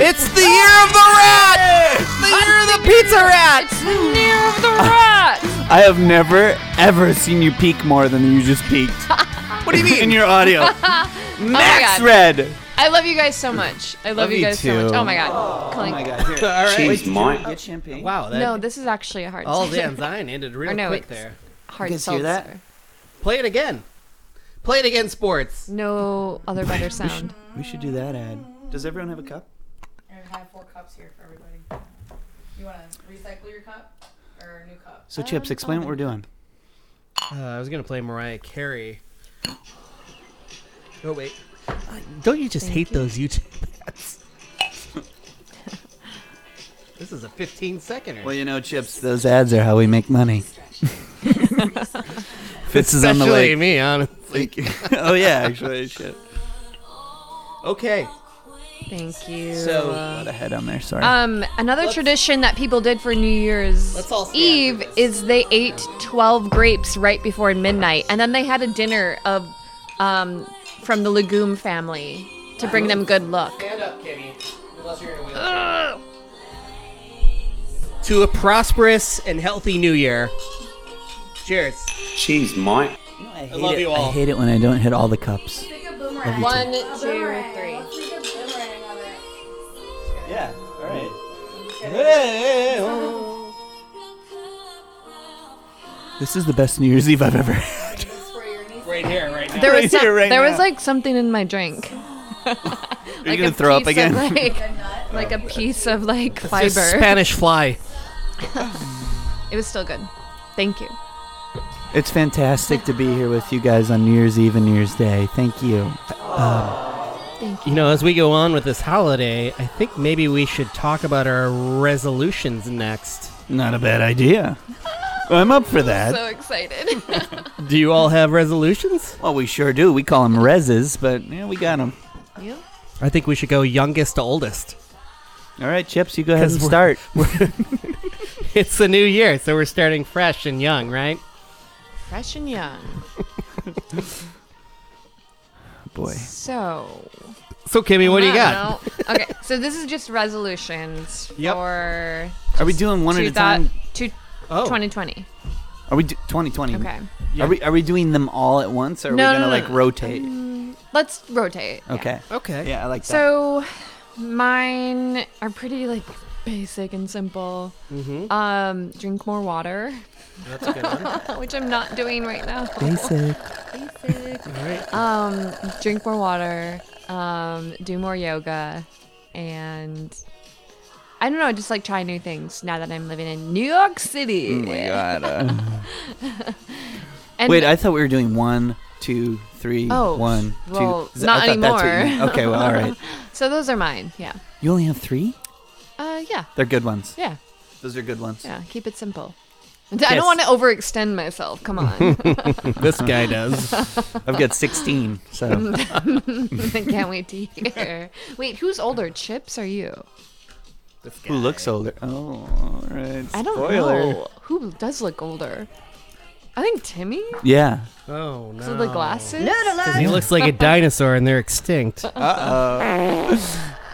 I: It's the year of the rat. It's the year of the pizza rat. It's
G: the year of the rat.
E: I have never ever seen you peak more than you just peaked.
I: what do you mean?
E: In your audio.
G: Oh my
E: Max
G: God.
E: Red.
G: I love you guys so much. I love,
E: Love
G: you
E: you
G: guys so much.
E: too.
G: Oh my god.
E: Oh my god. Here.
I: All right.
E: Cheese,
I: Wait,
E: Mike.
I: you-
E: Get champagne.
I: Wow, that
G: No, this is actually a hard
I: all the
G: seltzer.
I: enzyme ended real
G: Or no,
I: quick
G: it's
I: there.
G: Hard
E: You guys hear that?
G: seltzer.
I: Play it again. Play it again, sports.
G: No other better sound.
E: We should do that ad. Does everyone have a cup?
F: I have four cups here for everybody. You want to recycle your cup or a new cup?
E: So Chips, explain what we're doing.
I: Uh, I was gonna play Mariah Carey. Oh wait. Don't you just hate those YouTube ads? this is a 15 seconder.
E: Well, you know, Chips, those ads are how we make money. Fitz is on the
I: Especially
E: lake.
I: me, honestly.
E: oh yeah, actually, shit. Okay.
G: Thank you.
E: So
I: Uh,
E: a head on there. Sorry.
G: Um, another tradition that people did for New Year's Eve is they ate 12 grapes right before midnight, and then they had a dinner of, um, from the legume family to bring them good luck.
I: Stand up, Kenny. To a prosperous and healthy new year. Cheers.
H: Cheese, Mike.
I: I,
E: hate
I: love
E: it.
I: you
E: I
I: all.
E: hate it when I don't hit all the cups.
G: One, two, three.
E: Yeah. All right.
I: Hey, hey, hey, oh.
E: This is the best New Year's Eve I've ever had.
I: Right here, right
G: There was
E: Right
G: some-
E: here, right
G: there was
E: now.
G: like something in my drink. Are
E: you gonna throw up again? Oh,
G: Like, like a piece of like fiber.
I: It's Spanish fly.
G: it was still good. Thank you.
E: It's fantastic to be here with you guys on New Year's Eve and New Year's Day. Thank you.
I: You know, as we go on with this holiday, I think maybe we should talk about our resolutions next.
E: Not a bad idea. I'm up for that.
G: So excited.
I: Do you all have resolutions?
E: Well, we sure do. We call them reses, but yeah, we got them.
G: Yeah.
I: I think we should go youngest to oldest.
E: All right, Chips, you go ahead and
I: 'Cause
E: start.
I: It's the new year, so we're starting fresh and young, right?
G: Fresh and young.
E: Boy.
G: So.
I: So, Kimmy, what do you
G: I
I: got?
G: don't know. okay, so this is just resolutions
I: Yep.
G: for.
E: Are we doing one at a
G: 2000
E: time?
G: two-
E: Oh.
G: 2020.
E: Are we do- 2020?
G: Okay.
E: Are we are we doing them all at once? Or are
G: No,
E: we gonna
G: no, no,
E: like
G: no.
E: rotate?
G: Let's rotate. yeah.
E: Okay.
I: Okay.
E: Yeah, I like that.
G: So, mine are pretty like basic and simple.
E: Mhm.
G: Um, drink more water.
I: Mm-hmm. That's a good one.
G: Which I'm not doing right now.
E: Basic.
G: Basic.
I: All right.
G: Um, drink more water. Um, do more yoga, and I don't know, just like try new things now that I'm living in New York City.
E: Oh my god. uh.
G: And-
E: Wait, I thought we were doing one, two, three,
G: Oh,
E: one, two.
G: well,
E: Z- I
G: not
E: thought that's what you
G: anymore.
E: meant. okay, well, all right.
G: So those are mine. Yeah.
E: You only have three?
G: Uh, yeah.
E: They're good ones.
G: Yeah.
E: Those are good ones.
G: Yeah. Keep it simple. I
E: Yes.
G: don't want to overextend myself. Come on.
I: this guy does.
E: I've got 16, so.
G: I can't wait to hear. Wait, who's older, Chips or you?
E: Who looks older? Oh, all right.
G: I don't
E: Spoiler.
G: know. Who does look older? I think Timmy.
E: Yeah.
I: Oh no.
G: So the glasses.
I: Because he looks like a dinosaur and they're extinct.
E: Uh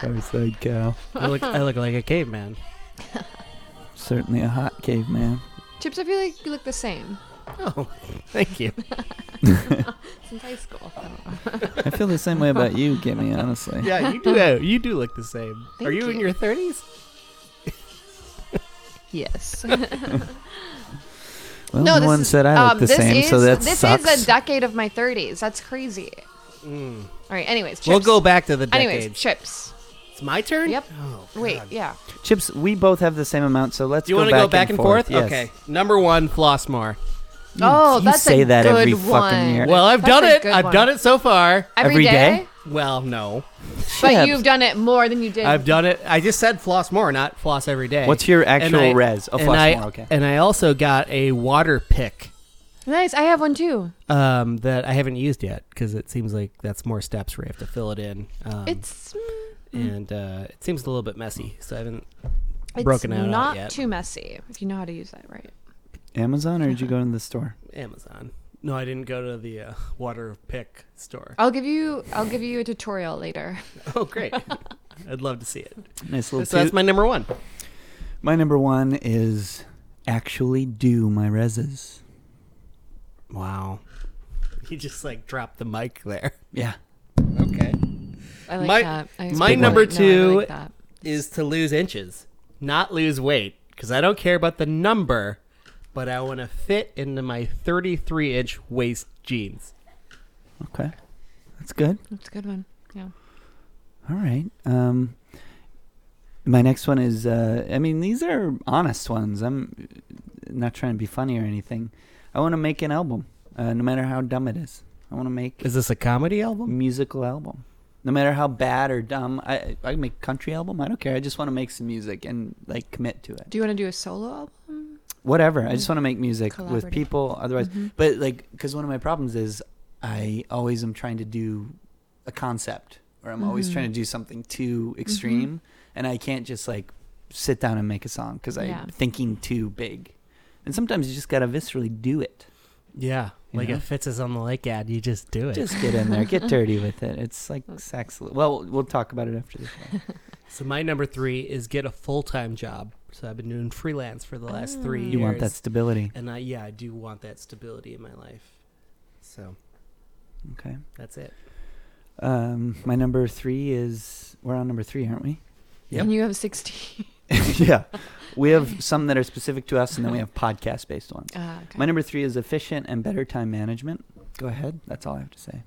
E: Fireside cow.
I: I look, I look like a caveman.
E: Certainly a hot caveman.
G: Chips, I feel like you look the same.
I: Oh, thank you.
G: Since high school.
E: I feel the same way about you, Kimmy, honestly.
I: Yeah, you do. have- You do look the same. Are you, in your thirties?
G: Yes.
E: Well, no one said I look
G: um,
E: the
G: this
E: same, so
G: is-
E: that
G: this
E: sucks. Mm.
G: is a decade of my 30s. That's crazy. All right. Anyways, chips.
I: We'll go back to the
G: Anyways,
I: decades.
G: chips.
I: It's my turn.
G: Yep.
E: Oh,
G: Wait. Yeah.
E: Chips, we both have the same amount, so let's
I: Do you
E: go
I: want to
E: back,
I: go back and forth?
E: Yes.
I: Okay. Number one, floss more.
E: You- Oh, you that's a say that every good fucking one. year.
I: Well, I've
G: That's
I: done
G: a
I: it.
G: good
I: I've
G: one.
I: done it so far.
G: Every Every day? day?
I: Well, no.
G: But you've done it more than you did.
I: I've done it. I just said floss more, not floss every day.
E: What's your
I: And
E: actual
I: I-
E: res? Oh,
I: and
E: floss
I: I-
E: more, okay.
I: And I also got a water pick
G: nice. I have one too.
I: um, that I haven't used yet because it seems like that's more steps where you have to fill it in. Um,
G: It's- mm,
I: and uh, it seems a little bit messy, so I haven't
G: It's
I: broken out
G: not
I: yet.
G: too messy if you know how to use that right.
E: Amazon, or did you go to the store?
I: Amazon. No, I didn't go to the uh, water pick store.
G: I'll give you. I'll give you a tutorial later.
I: Oh, great. I'd love to see it.
E: Nice little
I: So that's
E: toot.
I: my number one.
E: My number one is actually do my reses.
I: Wow. He just like dropped the mic there.
E: Yeah.
I: Okay.
G: I like
I: my
G: that. I
I: my
G: like
I: number
G: that. No, I
I: two
G: like that.
I: is to lose inches, not lose weight, because I don't care about the number, but I want to fit into my 33 inch waist jeans.
E: Okay. That's good.
G: That's a good one. Yeah.
E: All right. Um, my next one is. Uh, I mean, these are honest ones. I'm not trying to be funny or anything. I want to make an album, uh, no matter how dumb it is. I want to make.
I: Is this a comedy album?
E: Musical album. No matter how bad or dumb, I I can make a country album. I don't care. I just want to make some music and like commit to it.
G: Do you want to do a solo album?
E: whatever.
I: Mm-hmm.
E: I just want to make music with
G: Collaborative.
E: people. Otherwise,
G: Mhm.
E: but like, because one of my problems is I always am trying to do a concept, or I'm always
I: Mm-hmm.
H: Mhm.
E: trying to do something too extreme, and I can't just like sit down and make a song because I'm
I: Yeah.
E: thinking too big. And sometimes you just gotta viscerally do it.
I: Yeah.
E: You
I: Like
E: know?
I: if Fitz is on the lake ad, you just do it.
E: Just get in there, get dirty with it. It's like sex. Well, we'll talk about it after this. One.
I: So my number three is get a full time job. So I've been doing freelance for the last three years.
E: You want that stability.
I: and I yeah I do want that stability in my life. So
E: Okay.
I: that's it.
E: Um, my number three is we're on number three, aren't we?
G: And you have 16.
E: yeah. We have some that are specific to us, and then we have podcast based ones.
G: Ah, okay.
E: My number three is efficient and better time management. Go ahead. That's all I have to say.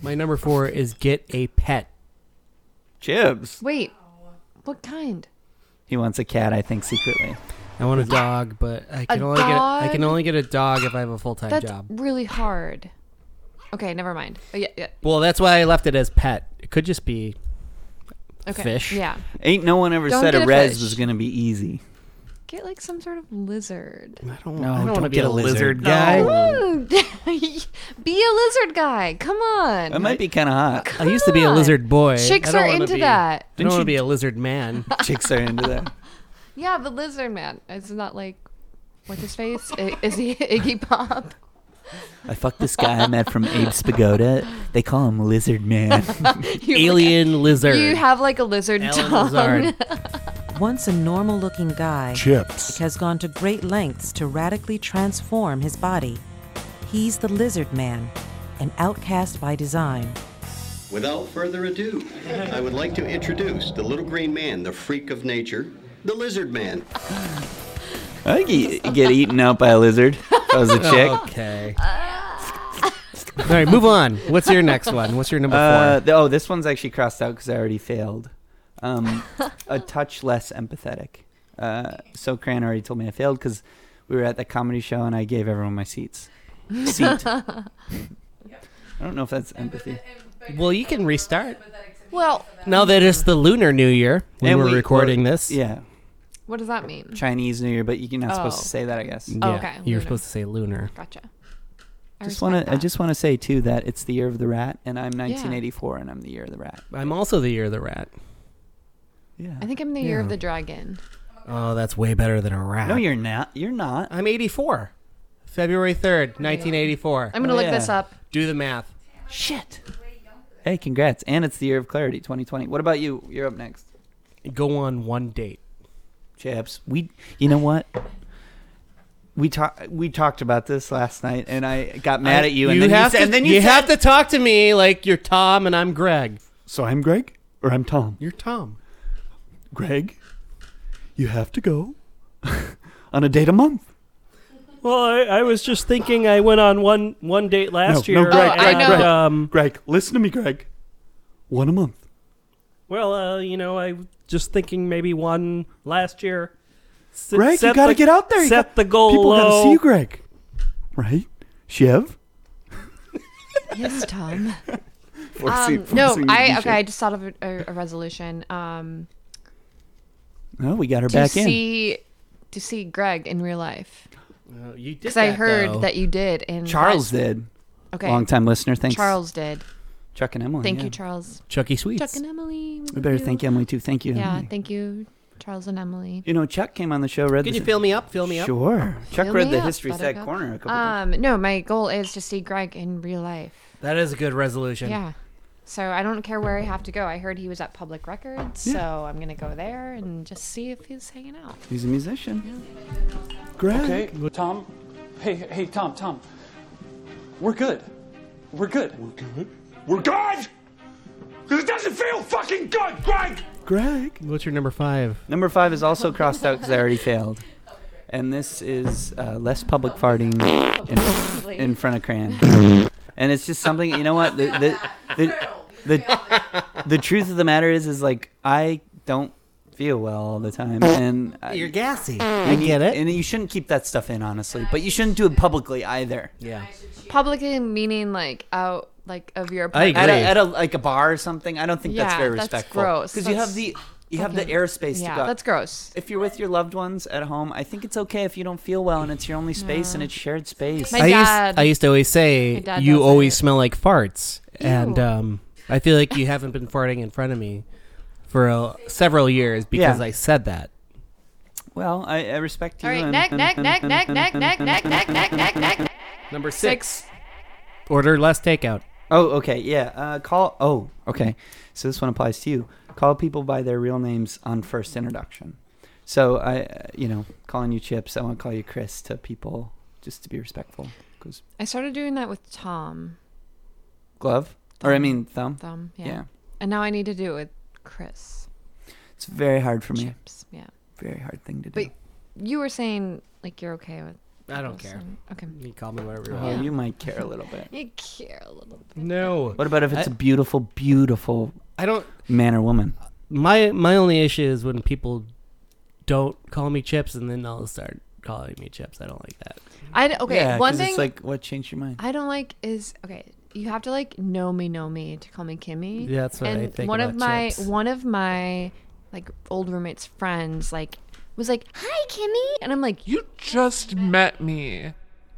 I: My number four is get a pet.
E: Chibs.
G: Wait, what kind?
E: He wants a cat, I think, secretly.
I: I want a dog, but I can only get I can
G: dog?
I: only get a dog if I have a full time
G: That's
I: job.
G: really hard. Okay, never mind. Oh, yeah, yeah.
I: Well, that's why I left it as pet. It could just be
G: Okay.
I: fish.
G: Yeah.
E: Ain't no one ever
G: Don't
E: said
G: get
E: a
G: a
E: res
G: fish.
E: was going to be easy.
G: Get like some sort of lizard.
I: I don't,
E: No,
I: I don't,
E: don't
I: want to be
E: get
I: a
E: a
I: lizard
E: lizard. No.
I: guy.
G: Ooh, be a lizard guy. Come on.
E: That might be kind of hot.
I: I used to be a lizard boy.
G: Chicks
I: I don't
G: are
I: wanna
G: into
I: be-
G: that.
I: I
E: Didn't
I: don't want
E: you-
I: to be a lizard man.
E: Chicks are into that.
G: Yeah, the lizard man. It's not like what's his face? I- Is he Iggy Pop?
E: I fucked this guy I met from Abe's Pagoda. They call him Lizard Man.
G: You-
I: Alien lizard.
G: You have like a lizard tongue.
P: Once a normal looking guy,
J: Chips.
P: has gone to great lengths to radically transform his body. He's the lizard man, an outcast by design.
Q: Without further ado, I would like to introduce the little green man, the freak of nature, the lizard man.
E: I think you get eaten out by a lizard. If I was a chick.
I: Oh, Okay. All right, move on. What's your next one? What's your number
E: Uh,
I: four?
E: th- oh, this one's actually crossed out because I already failed. Um, a touch less empathetic. Uh, so Cran already told me I failed because we were at the comedy show and I gave everyone my seats. Seat. I don't know if that's empathy.
I: Well, you can restart.
G: well,
I: Now that it's the Lunar New Year, we
E: And
I: were
E: we-
I: recording this.
E: Yeah,
G: what does that mean?
E: Chinese New Year, but you- you're not supposed to
G: Oh.
E: say that, I guess.
G: Oh, okay.
I: You were
G: Lunar.
I: supposed to say lunar.
G: Gotcha. I
E: Just want to. I just want to say too that it's the year of the rat, and I'm 1984, and I'm the year of the rat.
I: I'm also the year of the rat.
E: Yeah.
G: I think I'm the year
I: Yeah.
G: of the dragon.
I: Oh, that's way better than a rat.
E: No, you're not. You're not.
I: I'm 84. February 3rd, 1984.
E: Oh,
G: I'm gonna look this up.
I: Do the math.
E: Shit. Hey, congrats! And it's the year of clarity, 2020. What about you? You're up next.
I: Go on one date.
E: Chaps, we. You know what? We talked. We talked about this last night, and I got mad
I: I-
E: at you. And then
I: have
E: you,
I: to,
E: said- and then you,
I: have
E: said,
I: to talk to me like you're Tom and I'm Greg.
J: So I'm Greg, or I'm Tom.
I: You're Tom.
J: Greg, you have to go on a date a month.
R: Well, I, I was just thinking I went on one one date last
J: no,
R: year.
J: no, Greg,
R: and,
J: Greg, Greg,
R: um,
J: Greg, listen to me, Greg. One a month.
R: Well, uh, you know, I was just thinking maybe one last year. S-
J: Greg, you
R: set
J: got to
R: the-
J: get out there. You
R: Set
J: got-
R: the goal
J: People
R: low.
J: gotta see you, Greg. Right? Shiv?
G: Yes, Tom.
E: Forcing-
G: Um, no,
E: forcing you to be
G: I
E: shit.
G: okay. I just thought of a, a, a resolution. Um,
E: No, we got her
G: to
E: back in.
G: see to see Greg in real life.
I: you did
G: Because I
I: that,
G: heard
E: though.
G: that you did. In West-
E: Charles did.
G: Okay.
E: Longtime listener, thanks.
G: Charles did.
E: Chuck and Emily.
G: Thank you,
E: yeah.
G: Charles.
I: Chucky Sweets.
G: Chuck and Emily.
E: We better thank Emily too. Thank you.
G: Yeah,
E: Emily.
G: thank you, Charles and Emily.
E: You know, Chuck came on the show. Read
I: Could
E: the-
I: you fill me up? Fill me up?
E: Sure. Chuck
G: Fill
E: read
G: me
E: the
G: up,
E: history side
G: Buttercup.
E: corner a couple
G: Um, no, my goal is to see Greg in real life.
I: That is a good resolution.
G: Yeah. So I don't care where I have to go. I heard he was at Public Records, so I'm gonna go there and just see if he's hanging out.
E: He's a musician.
S: Okay, Tom. Hey, hey, Tom, Tom. We're good. We're good. We're good. We're good. Cause it doesn't feel fucking good, Greg.
E: Greg.
I: What's your number five?
E: Number five is also crossed out because I already failed. And this is uh, less public farting in, in front of Cran. And it's just something, you know what? The, the, the, the, the truth of the matter is, is like, I don't feel well all the time. And I-
I: You're gassy.
E: and
I: I
E: you-
I: get it.
E: And you shouldn't keep that stuff in, honestly. But you shouldn't do it publicly either.
I: Yeah.
G: Publicly meaning like out like of your.
E: I
G: apartment.
E: At, a, at a like a bar or something. I don't think that's
G: Yeah,
E: very
G: that's
E: respectful.
G: gross.
E: Because you have
G: That's
E: the you have the
G: fucking-
E: airspace
G: yeah,
E: to go.
G: that's gross.
E: If you're with your loved ones at home, I think it's okay if you don't feel well and it's your only space and it's shared space.
G: My
I: I
G: dad-
I: used I used to always
G: my
I: say
G: dad
I: you
G: does
I: always smell like farts, and
G: Ew.
I: um, I feel like you haven't been farting in front of me for uh, several years because
E: Yeah.
I: I said that.
E: well, I, I respect you.
G: All right,
E: and-
G: neck, neck, neck, neck, neck, neck, neck, neck, neck, neck, neck.
I: Number Order less takeout.
E: Oh, okay, yeah. Uh, call. Oh, okay. So this one applies to you. Call people by their real names on first introduction. So I, uh, you know, calling you Chips. I want to call you Chris to people just to be respectful. 'Cause
G: I started doing that with Tom.
E: glove, or I mean thumb.
G: Thumb. Yeah.
E: yeah.
G: And now I need to do it with Chris.
E: It's very hard for me.
G: Chips, yeah.
E: Very hard thing to do.
G: But you were saying like you're okay with.
I: I don't
G: this
I: care.
G: and- Okay.
I: You call me whatever you
E: Oh,
I: want.
E: you might care a little bit.
G: You care a little bit.
I: No.
E: What about if it's
I: I-
E: a beautiful, beautiful
I: I don't-
E: man or woman?
I: My my only issue is when people don't call me chips and then they'll start calling me chips. I don't like that.
G: I d- okay.
E: Yeah,
G: one
E: 'cause
G: thing
E: It's like what changed your mind?
G: I don't like is okay. You have to like know me, know me to call me Kimmy.
I: Yeah, that's what I
G: and
I: think
G: One of
I: about
G: my
I: chips.
G: one of my like old roommate's friends like was like, "Hi, Kimmy," and I'm like, "You
T: Just met me.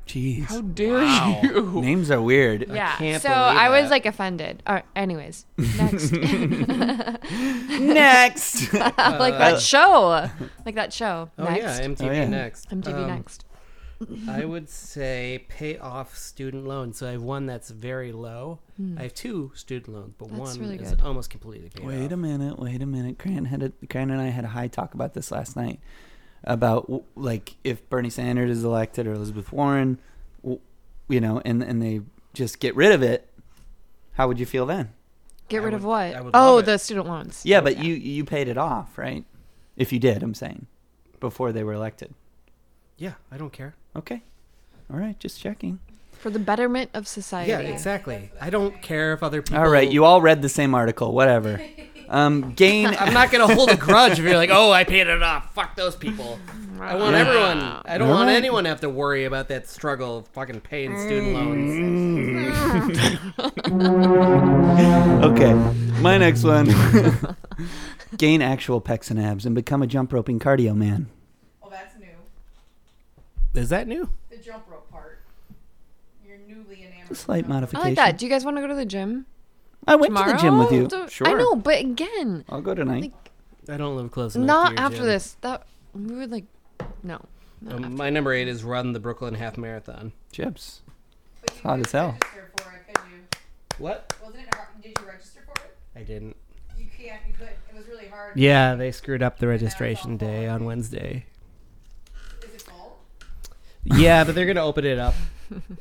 E: Jeez.
T: How dare
E: Wow.
T: you?
E: Names are weird.
G: yeah." so I was like offended. All right, anyways, next.
E: next.
G: like
I: Uh,
G: that show. Like that show.
I: Oh
G: next.
I: yeah, MTV next.
G: MTV
I: Um,
G: next.
I: I would say pay off student loans. So I have one that's very low.
E: Hmm.
I: I have two student loans, but
G: That's
I: one
G: really
I: is
G: good.
I: almost completely paid off.
E: Wait a minute. Wait a minute. Grant had a, Grant and I had a high talk about this last night about w- like if Bernie Sanders is elected or Elizabeth Warren, w- you know, and and they just get rid of it. How would you feel then?
G: Get rid of what?
I: would
G: Oh,
I: love it.
G: the student loans.
E: Yeah, but you you paid it off, right? If you did, I'm saying, before they were elected.
I: Yeah, I don't care.
E: Okay. All right, just checking.
G: For the betterment of society.
I: Yeah, exactly. I don't care if other people.
E: All right, you all read the same article, whatever. Um, gain.
I: I'm not gonna hold a grudge if you're like, oh, I paid it off. Fuck those people. I want
E: Yeah.
I: everyone. I don't
E: All
I: want
E: right.
I: anyone to have to worry about that struggle of fucking paying student loans.
E: okay, my next one. gain actual pecs and abs and become a jump roping cardio man.
F: Oh, that's new.
I: Is that new?
F: The jump rope part. You're newly enamored.
E: A slight
G: I
E: modification.
G: like that. Do you guys want to go to the gym?
E: I went to the gym with
G: tomorrow?
E: you.
G: Do- I
E: Sure.
G: know, but again,
E: I'll go tonight.
I: I don't live close enough.
G: not
I: to your
G: after
I: gym.
G: this. That we would like, no. no.
I: Um, my number eight is run the Brooklyn Half Marathon.
E: Chips. Hot as hell.
I: What?
F: Wasn't it hard? Did you register for it?
I: I didn't.
F: You can't. You could. It was really hard.
I: Yeah, they screwed up the registration day on Wednesday. Yeah, but they're gonna open it up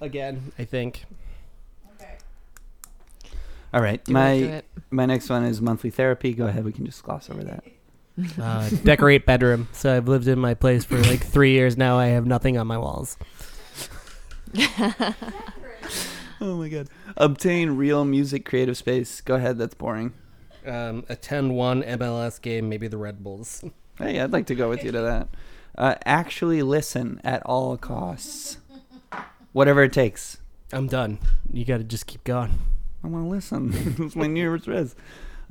I: again. I think.
E: All right,
I: Do it, do
E: my
I: it.
E: my next one is monthly therapy. Go ahead, we can just gloss over that.
I: Uh, decorate bedroom. So I've lived in my place for like three years now. I have nothing on my walls.
E: Oh my god. Obtain real music creative space. Go ahead, that's boring.
I: Um, attend one MLS game, maybe the Red Bulls.
E: Hey, I'd like to go with you to that. Uh, actually listen at all costs. Whatever it takes.
I: I'm done. You got to just keep going.
E: I want to listen. it's my New Year's res.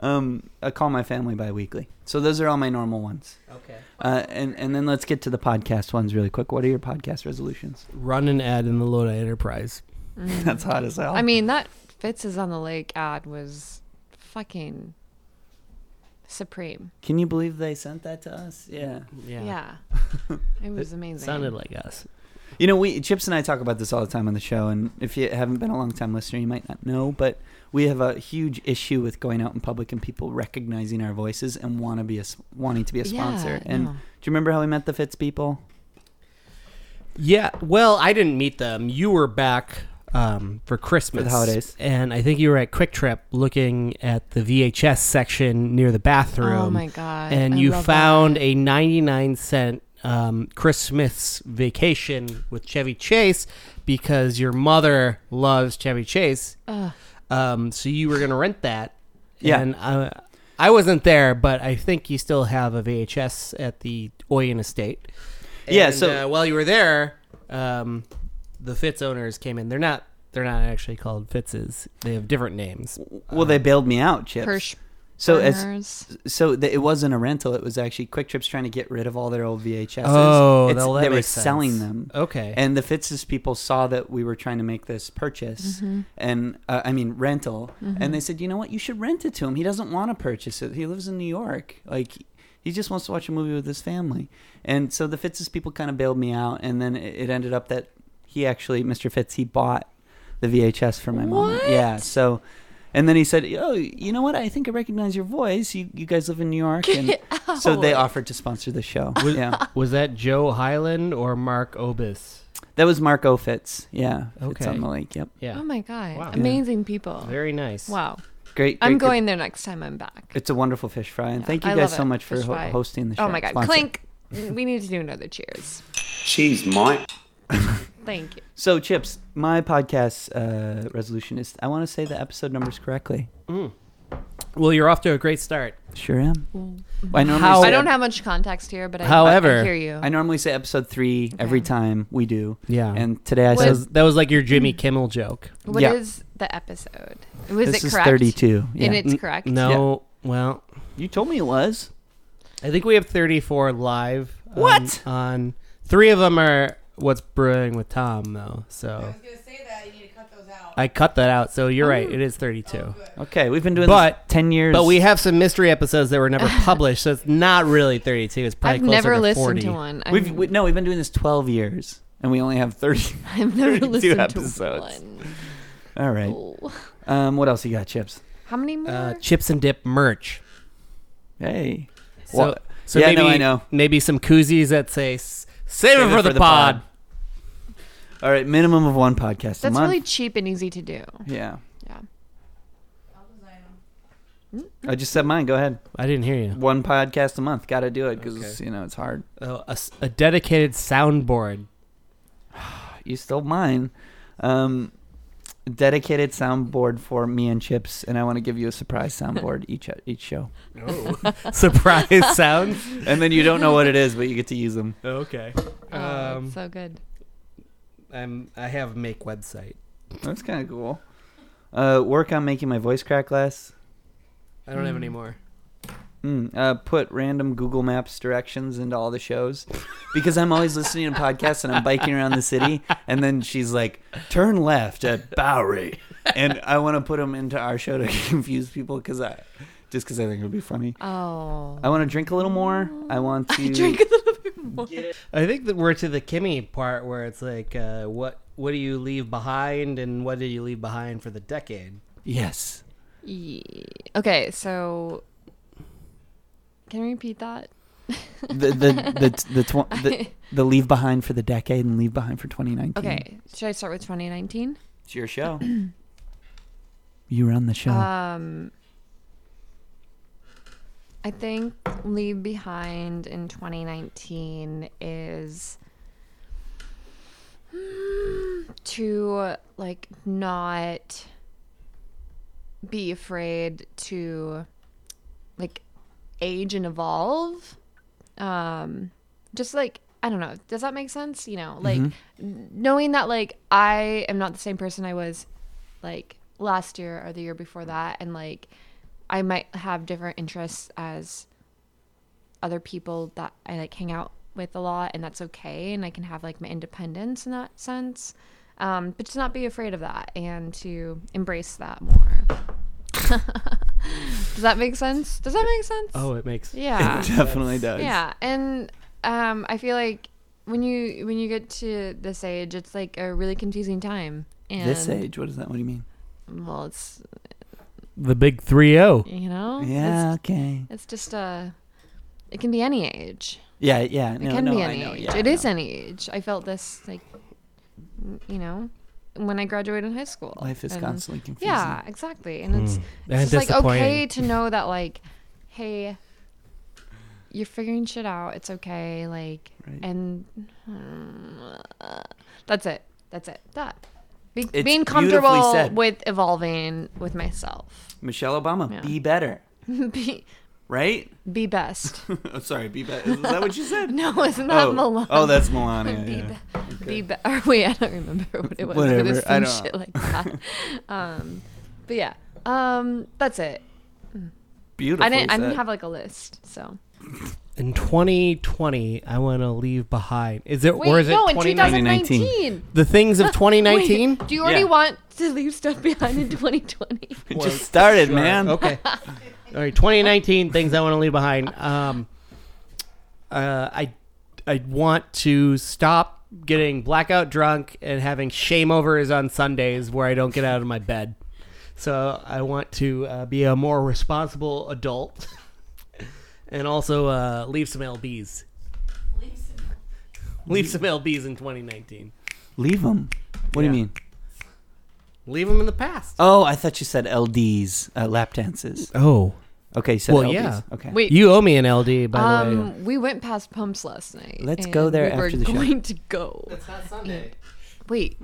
E: Um, I call my family bi-weekly. So those are all my normal ones.
I: Okay.
E: Uh, and, and then let's get to the podcast ones really quick. What are your podcast resolutions?
I: Run an ad in the Lodi Enterprise.
G: Mm.
E: That's hot as hell.
G: I mean, that Fitz is on the lake ad was fucking supreme.
E: Can you believe they sent that to us? Yeah.
I: Yeah.
G: It was amazing.
I: Sounded like us.
E: You know, we Chips and I talk about this all the time on the show, and if you haven't been a long time listener, you might not know, but we have a huge issue with going out in public and people recognizing our voices and want to be a s- wanting to be a
I: Yeah,
E: sponsor. and
I: no.
E: do you remember how we met the Fitz people?
I: Yeah. Well, I didn't meet them. You were back um, for Christmas.
E: For the holidays.
I: And I think you were at Quick Trip looking at the VHS section near the bathroom.
G: Oh my God,
I: And
G: I
I: you
G: love
I: found a 99 cent um, Chris Smith's vacation with Chevy Chase because your mother loves Chevy Chase.
G: Ugh.
I: Um, so you were going to rent that.
E: Yeah.
I: And I, I wasn't there, but I think you still have a VHS at the Oyen Estate.
E: Yeah,
I: And,
E: so-
I: uh, while you were there, um, the Fitz owners came in. They're not. They're not actually called Fitzes. They have different names.
E: Well, they bailed me out, Chips.
I: Uh, Hirsch
E: so as,
G: burners.
E: so th- it wasn't a rental; it was actually Quick Trip's trying to get rid of all their old VHSs.
I: Oh,
E: It's-
I: well, that
E: they were
I: makes sense.
E: selling them.
I: Okay.
E: And the Fitz's people saw that we were trying to make this purchase,
I: Mhm.
E: and uh, I mean rental,
I: Mhm.
E: and they said, you know what, you should rent it to him. He doesn't want to purchase it. He lives in New York, like. He just wants to watch a movie with his family, and so the Fitz's people kind of bailed me out, and then it it ended up that he actually, Mr. Fitz, he bought the VHS for my mom. Yeah. So, and then he said, "Oh, you know what? I think I recognize your voice. You you guys live in New York." And so they offered to sponsor the show.
I: Was,
E: yeah.
I: was that Joe Highland or Mark Obis?
E: That was Mark Ofitz. Yeah. Fitz
I: Okay.
E: on the lake. Yep.
I: Yeah.
G: Oh my god,
I: Wow.
G: amazing people.
I: Very nice.
G: Wow.
E: Great.
G: I'm
E: great-
G: going there next time I'm back.
E: It's a wonderful fish fry, and thank you
G: I
E: guys
G: love
E: so
G: it.
E: much for
G: Fish
E: ho-
G: fry.
E: hosting the show.
G: Oh my God,
E: Sponsor.
G: Clink! we need to do another cheers.
Q: Cheese, Mike.
G: Thank you.
E: So, Chips, my podcast uh, resolution is I want to say the episode numbers correctly.
I: Well, you're off to a great start.
E: Sure am.
I: I
E: normally
I: How-
E: say-
G: I don't have much context here, but I,
I: However-
G: I hear you.
E: I normally say episode three every time we do.
I: Yeah.
E: And today I
I: That
E: said
I: was, that was like your Jimmy Kimmel joke.
G: What is
E: yeah.
G: the episode? Was
E: This
G: it
E: is
G: correct?
E: 32, yeah. Mm,
G: And it's
E: N-
G: correct.
I: No, well,
E: you told me it was.
I: I think we have 34 live. on-
E: What?
I: On three of them are what's brewing with Tom though. So I cut that out. So you're
G: Oh.
I: right. It is 32.
E: Okay, we've been doing
I: but
E: this 10 years.
I: But we have some mystery episodes that were never published, so it's not really 32. It's probably
G: I've
I: closer
G: never
I: to
G: listened
I: 40.
G: to one.
E: We've,
G: I'm-
E: we, no, we've been doing this 12 years, and we only have 30.
G: I've never
E: 32
G: listened to
E: episodes.
G: one.
E: All right. Um, what else you got, Chips?
G: How many more?
I: Uh, chips and dip merch.
E: Hey.
I: So,
E: Well,
I: so
E: yeah,
I: maybe,
E: no, I know.
I: Maybe some koozies that say "S- "Save, it for, the, pod."
E: All right, minimum of one podcast a
G: That's
E: month.
G: really cheap and easy to do.
E: yeah.
G: Yeah.
E: I just said mine. Go ahead.
I: I didn't hear you.
E: One podcast a month. Got to do it because you know it's hard.
I: Oh, a, s- a dedicated soundboard.
E: You stole mine. Um, dedicated soundboard for me and Chips, and I want to give you a surprise soundboard each each show.
I: Oh. Surprise sounds?
E: and then you don't know what it is, but you get to use them.
I: Okay.
G: Oh,
I: Um,
G: that's so good.
I: I'm I have a make website.
E: That's kind of cool. Uh, work on making my voice crack less.
I: I don't have
G: Hmm.
I: any more.
E: Mm, uh, put random Google Maps directions into all the shows because I'm always listening to podcasts and I'm biking around the city. And then she's like, turn left at Bowery. And I want to put them into our show to confuse people because I just because I think it would be funny.
G: Oh.
E: I want to drink a little more. I want to
G: drink a little bit more.
I: I think that we're to the Kimmy part where it's like, uh, what what do you leave behind, and what do you leave behind for the decade?
E: Yes.
G: Ye- Okay, so can you repeat that?
E: the the the the, tw- the the leave behind for the decade and leave behind for 2019.
G: Okay, should I start with 2019?
E: It's your show. you run the show.
G: Um, I think leave behind in 2019 is mm, to like not be afraid to like age and evolve. Um, just like I don't know. Does that make sense? You know, like
F: Mhm.
G: n- knowing that like I am not the same person I was like last year or the year before that and like I might have different interests as other people that I like hang out with a lot and that's okay and I can have like my independence in that sense. Um, but to not be afraid of that and to embrace that more. Does that make sense? Does that make sense?
I: Oh, it makes-
G: Yeah.
E: It definitely does.
G: Yeah, and um, I feel like when you when you get to this age, it's like a really confusing time. And
E: this age, what is that? What do you mean?
G: Well, it's
I: The big three zero.
G: you know.
E: Yeah,
G: it's,
E: okay.
G: It's just a. It can be any age.
E: Yeah, yeah,
G: It
E: no,
G: can
E: no,
G: be
E: I
G: any
E: know,
G: age.
E: yeah,
G: It
E: I
G: is any age. I felt this like, n- you know, when I graduated high school.
E: Life is
G: And-
E: constantly confusing.
G: Yeah, exactly, and it's
I: Mm. And
G: it's just, like
I: disappointing.
G: okay to know that like, hey, you're figuring shit out. It's okay. Like, and mm, that's it. That's it. That. Be-
E: It's
G: being
E: beautifully
G: comfortable
E: said.
G: with evolving with myself.
E: Michelle Obama, be better,
G: be
E: right?
G: be best.
E: Sorry, be better. Uh, Is that what you said?
G: no, isn't that
E: Oh.
G: Melania?
E: Oh, that's Melania,
G: be
E: yeah.
G: be- be be- or wait, I don't remember what it was. But
E: Whatever,
G: it was some
E: I don't-
G: shit like that. um, but yeah, um, that's it.
E: Beautiful.
G: I didn't. I
E: said.
G: didn't have like a list. So
I: In 2020, I want to leave behind. Is it or
G: Wait,
I: is
G: no,
I: it
G: in 2019. 2019.
I: The things of
G: Wait,
I: 2019.
G: do you already want to leave stuff behind in 2020?
E: It just started, man.
T: Oh.
I: Okay. All right, 2019 things I want to leave behind. Um, uh, I I want to stop getting blackout drunk and having shame overs on Sundays where I don't get out of my bed. So I want to uh, be a more responsible adult, and also uh, leave some lbs. Leave some lbs in 2019.
E: Leave them. What do you mean?
I: Leave them in the past.
E: Oh, I thought you said LDs, uh, lap dances.
I: Oh.
E: Okay, so
I: well,
E: LDs.
I: yeah.
E: Okay.
G: Wait.
I: You owe me an LD, by the way.
G: Um, we went past Pumps last night.
E: Let's go
G: and
E: there
G: we
E: after
G: were
E: the show.
G: going to go. It's not Sunday. Wait,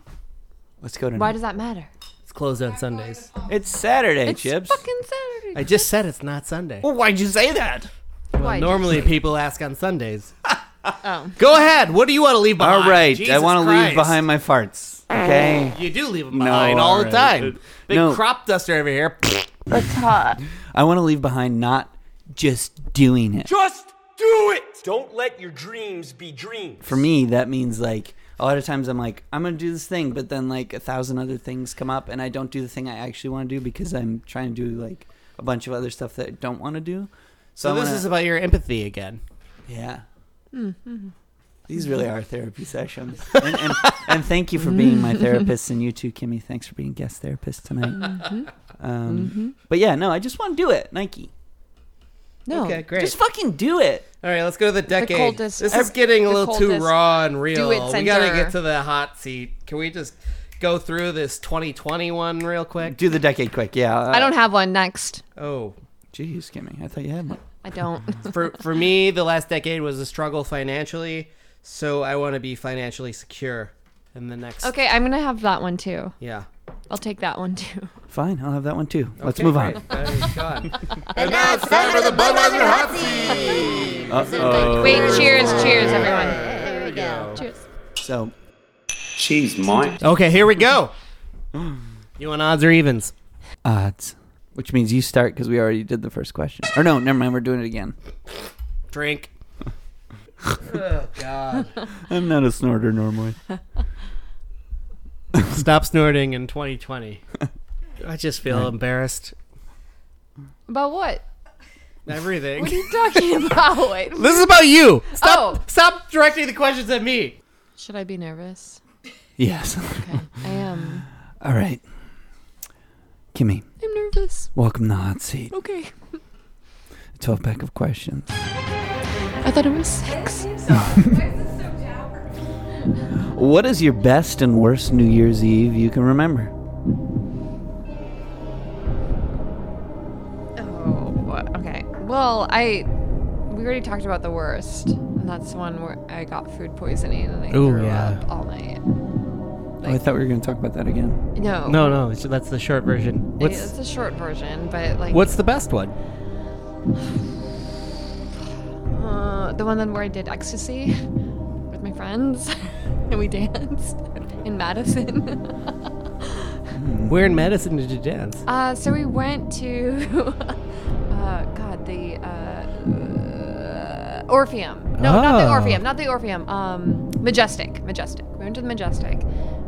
E: Let's go to.
G: why does that matter?
I: It's closed on Sundays.
E: It's Saturday,
G: It's
E: Chips.
G: fucking Saturday.
I: I just said it's not Sunday.
G: Well,
I: why'd you say that? Well,
G: Why'd you
I: normally
G: say
I: people ask on Sundays.
G: Oh.
I: Go ahead. What do you want to leave behind?
E: All right, I
I: Jesus
E: want to leave
I: Christ.
E: behind my farts. Okay.
I: You do leave them
E: No,
I: behind all the
E: alright.
I: time. Big
E: No.
I: crop duster over here.
M: It's hot.
E: I want to leave behind not just doing it.
U: Just do it! Don't let your dreams be dreams.
E: For me, that means like a lot of times I'm like I'm gonna do this thing, but then like a thousand other things come up, and I don't do the thing I actually want to do because I'm trying to do like a bunch of other stuff that I don't want to do.
I: So
E: I
I: this
E: wanna-
I: is about your empathy again.
E: yeah.
G: Mm-hmm.
E: These really are therapy sessions. And, and, and thank you for being my therapist, and you too, Kimmy. Thanks for being guest therapist tonight.
G: Mhm.
E: Um,
G: Mhm.
E: But yeah, no, I just want to do it, Nike.
G: No.
I: Okay, great.
E: Just fucking do it.
I: All right, let's go to the decade.
G: coldest-
I: this is
G: ev-
I: getting a
G: the
I: little too
G: coldest
I: raw and real.
G: do it
I: We gotta
G: center.
I: get to the hot seat. Can we just go through this 2021 real quick?
E: Do the decade quick, yeah. Uh,
G: I don't have one next.
I: Oh,
E: jeez, Kimmy, I thought you had one.
G: I don't.
I: for for me, the last decade was a struggle financially, so I want to be financially secure in the next.
G: Okay, I'm gonna have that one too.
I: Yeah.
G: I'll take that one too.
E: Fine, I'll have that one too. Let's
I: Okay,
E: move
I: great.
E: on.
I: Thank God.
G: And
I: now it's time for the Budweiser Hot Seat.
E: Uh-oh.
G: Wait, cheers, cheers, everyone. There we
I: go.
G: Cheers.
E: So,
Q: Jeez, Mike.
I: Okay, here we go. You want odds or evens?
E: odds, which means you start because we already did the first question. Or no, never mind, we're doing it again.
I: Drink. oh God.
E: I'm not a snorter normally.
I: Stop snorting in 2020. I just feel embarrassed.
G: About what?
I: Everything.
G: What are you talking about?
I: This is about you. Stop.
G: Oh.
I: Stop directing the questions at me.
G: Should I be nervous?
E: Yes.
G: Okay, I am.
E: All right. Kimmy,
G: I'm nervous.
E: welcome to the hot seat.
G: Okay.
E: 12 pack of questions.
G: I thought it was six.
E: What is your best and worst New Year's Eve you can remember?
G: Oh, what? okay. Well, I we already talked about the worst, and that's the one where I got food poisoning and I
I: Ooh,
G: threw
I: yeah.
G: up all night.
E: oh, I thought we were going to talk about that again.
G: No,
I: No, no. it's- That's the short version.
G: Yeah,
I: What's
G: it's a short version, but like
I: What's the best one?
G: uh, the one then where I did ecstasy with my friends and we danced in Madison.
I: Where in medicine did you dance?
G: Uh, so we went to, uh, God, the uh, uh, Orpheum. No, not the
I: Oh.
G: Orpheum. Not the Orpheum. Um, Majestic. Majestic. We went to the Majestic.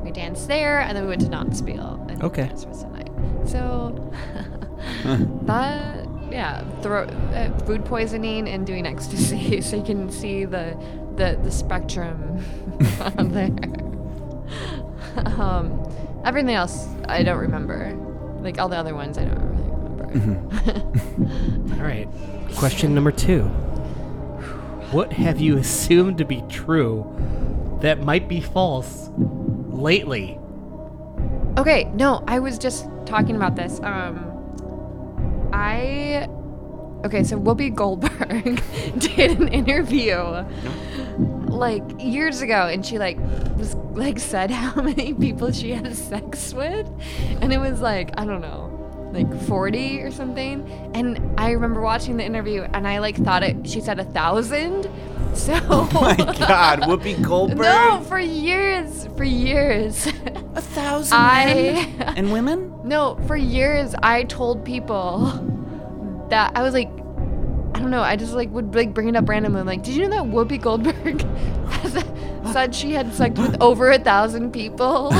G: We danced there, and then we went to Knoxville. And
I: Okay.
G: Danced the rest of the night. So that, yeah, throw, uh, food poisoning and doing ecstasy. So you can see the the the spectrum there. um, everything else I don't remember. Like all the other ones, I don't really remember.
I: All right. Question number two. What have you assumed to be true that might be false lately?
G: Okay, no, I was just talking about this. Um, I. Okay, so Whoopi Goldberg did an interview like years ago, and she like was like said how many people she had sex with, and it was like I don't know, like forty or something. And I remember watching the interview, and I like thought it. She said a thousand, so.
E: God, Whoopi Goldberg.
G: No, for years, for years. A thousand. I
E: and women?
G: no, for years I told people that I was like, I don't know, I just like would like bring it up randomly. like, did you know that Whoopi Goldberg has- said she had slept with over a thousand people?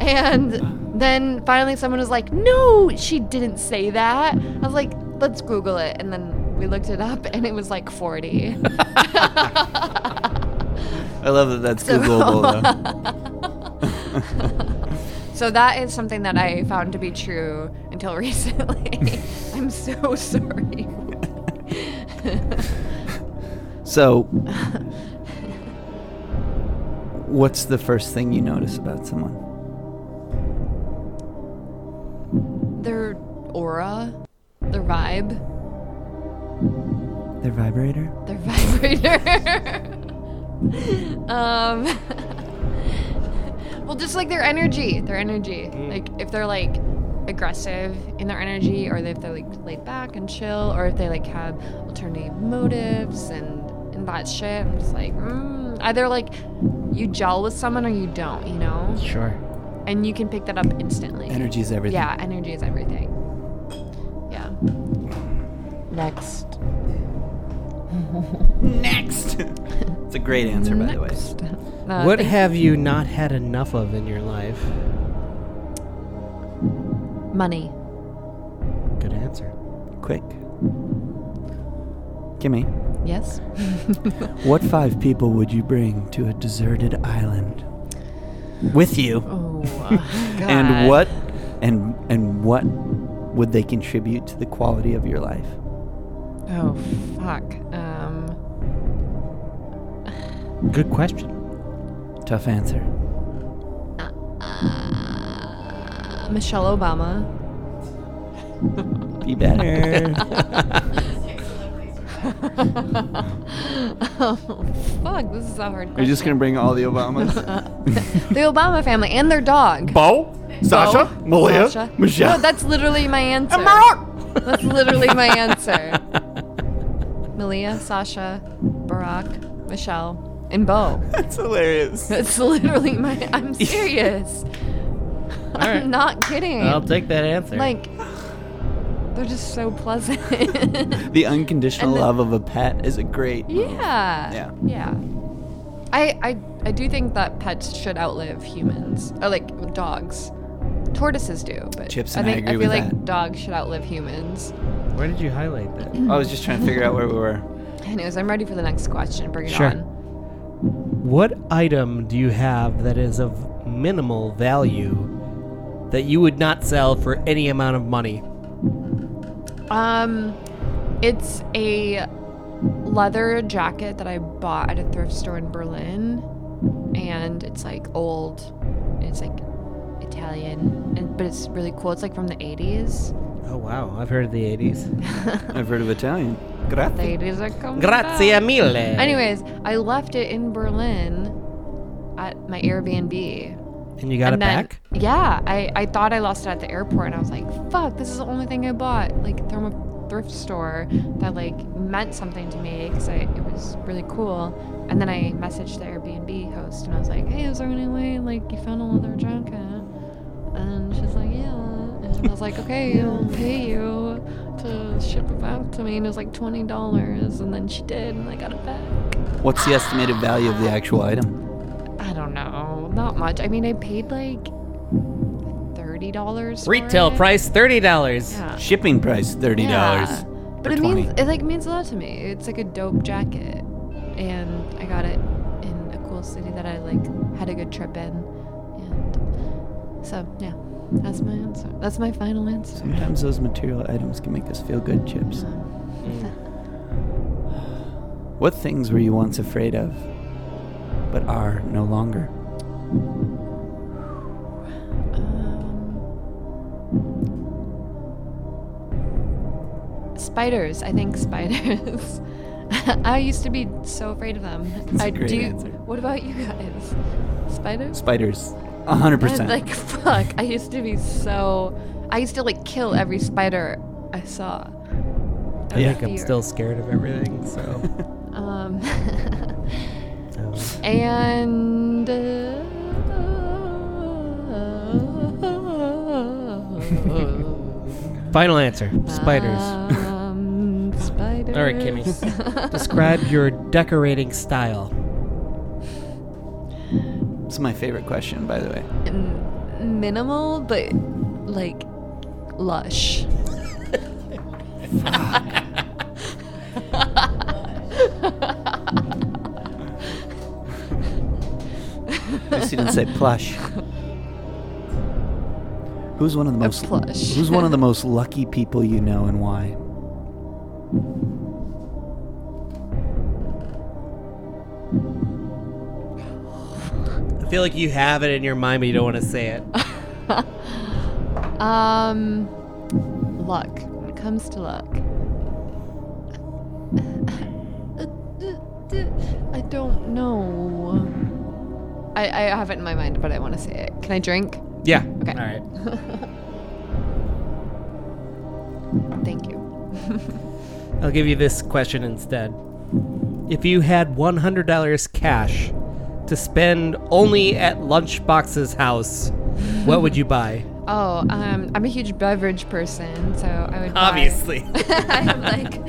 G: and then finally someone was like, no, she didn't say that. I was like, let's Google it, and then we looked it up, and it was like forty.
E: I love that that's
G: So-
E: Googleable, though.
G: So that is something that I found to be true until recently. I'm so sorry.
E: so, what's the first thing you notice about someone?
G: their aura, their vibe,
E: Their vibrator?
G: their vibrator. um, well, just like their energy, their energy. Like if they're like aggressive in their energy, or if they're like laid back and chill, or if they like have alternative motives and and that shit. I'm just like, mm, either like you gel with someone or you don't, you know.
E: Sure.
G: And you can pick that up instantly.
E: Energy is everything.
G: Yeah, energy is everything. Yeah.
M: Next.
E: Next. It's a great answer, by the way.
G: Uh,
I: what
G: thank-
I: have you not had enough of in your life?
G: Money.
I: Good answer.
E: Quick. Kimmy,
G: Yes.
E: what five people would you bring to a deserted island with you? and
G: Oh God.
E: what and and what would they contribute to the quality of your life?
G: Oh fuck. Um,
I: Good question.
E: Tough answer.
G: uh, Michelle Obama.
E: Be better.
G: oh fuck! This is a hard.
E: You're just gonna bring all the Obamas.
G: the Obama family and their dog.
E: Bo, Sasha, Malia,
G: Sasha.
E: Michelle.
G: No, that's literally my answer. That's literally my answer. Malia, Sasha, Barack, Michelle, and Bo.
E: That's hilarious.
G: That's literally my. I'm serious.
I: right.
G: I'm not kidding.
I: I'll take that answer.
G: Like, they're just so pleasant.
E: the unconditional
G: And the-
E: love of a pet is a great.
G: Yeah.
E: Yeah.
G: Yeah. I, I I do think that pets should outlive humans, or like dogs. Tortoises do, but
E: Chips
G: I
E: and I
G: think
E: agree
G: feel
E: with
G: like dogs should outlive humans.
I: Why did you highlight that?
E: I was just trying to figure out where we were.
G: Anyways, I'm ready for the next question. Bring it
I: Sure.
G: on.
I: What item do you have that is of minimal value that you would not sell for any amount of money?
G: Um, it's a leather jacket that I bought at a thrift store in Berlin, and it's like old. It's like Italian, and but it's really cool. It's like from the 80s.
I: Oh wow, I've heard of the 80s.
E: I've heard of Italian. Grazie.
G: Ladies are coming
I: Grazie
G: back.
I: mille.
G: Anyways, I left it in Berlin at my Airbnb.
I: And you got
G: and
I: it
G: then,
I: back?
G: Yeah, I, I thought I lost it at the airport, and I was like, fuck, this is the only thing I bought, like from a thrift store that like meant something to me because it was really cool. And then I messaged the Airbnb host, and I was like, hey, is there any way like you found a leather jacket? And she's like, yeah. And I was like, okay, I'll pay you to ship it back to me. And it was like twenty dollars, and then she did, and I got it back.
E: What's the estimated value of the actual item?
G: I don't know. Not much. I mean, I paid like thirty dollars.
I: Retail price thirty dollars.
G: Yeah.
E: Shipping price thirty dollars.
G: Yeah. But it means it like means a lot to me. It's like a dope jacket, and I got it in a cool city that I like had a good trip in, and so yeah, that's my answer. That's my final answer.
E: Sometimes those material items can make us feel good, Chips. What things were you once afraid of, but are no longer?
G: Um, Spiders. I think spiders. I used to be so afraid of them.
E: That's a
G: I
E: great
G: do.
E: answer.
G: What about you guys? Spiders.
E: Spiders. A hundred
G: God,
E: percent.
G: Like fuck, I used to be so. I used to like kill every spider I saw.
I: I think I'm still scared of everything, so.
G: Um. and. uh,
I: Final answer spiders.
G: um, spiders.
I: All right, Kimmy. Describe your decorating style.
E: It's my favorite question, by the way.
G: minimal, but like lush.
E: At least you didn't say plush. Who's one of the most
G: plush.
E: Who's one of the most lucky people you know, and why?
I: I feel like you have it in your mind, but you don't want to say it.
G: Um, luck. When it comes to luck, I don't know. I, I have it in my mind, but I want to say it. Can I drink?
I: Yeah.
G: Okay.
I: All right.
G: Thank you.
I: I'll give you this question instead. If you had $100 cash to spend only at Lunchbox's house, what would you buy?
G: Oh, um, I'm a huge beverage person, so I would. buy-
I: Obviously.
G: I have like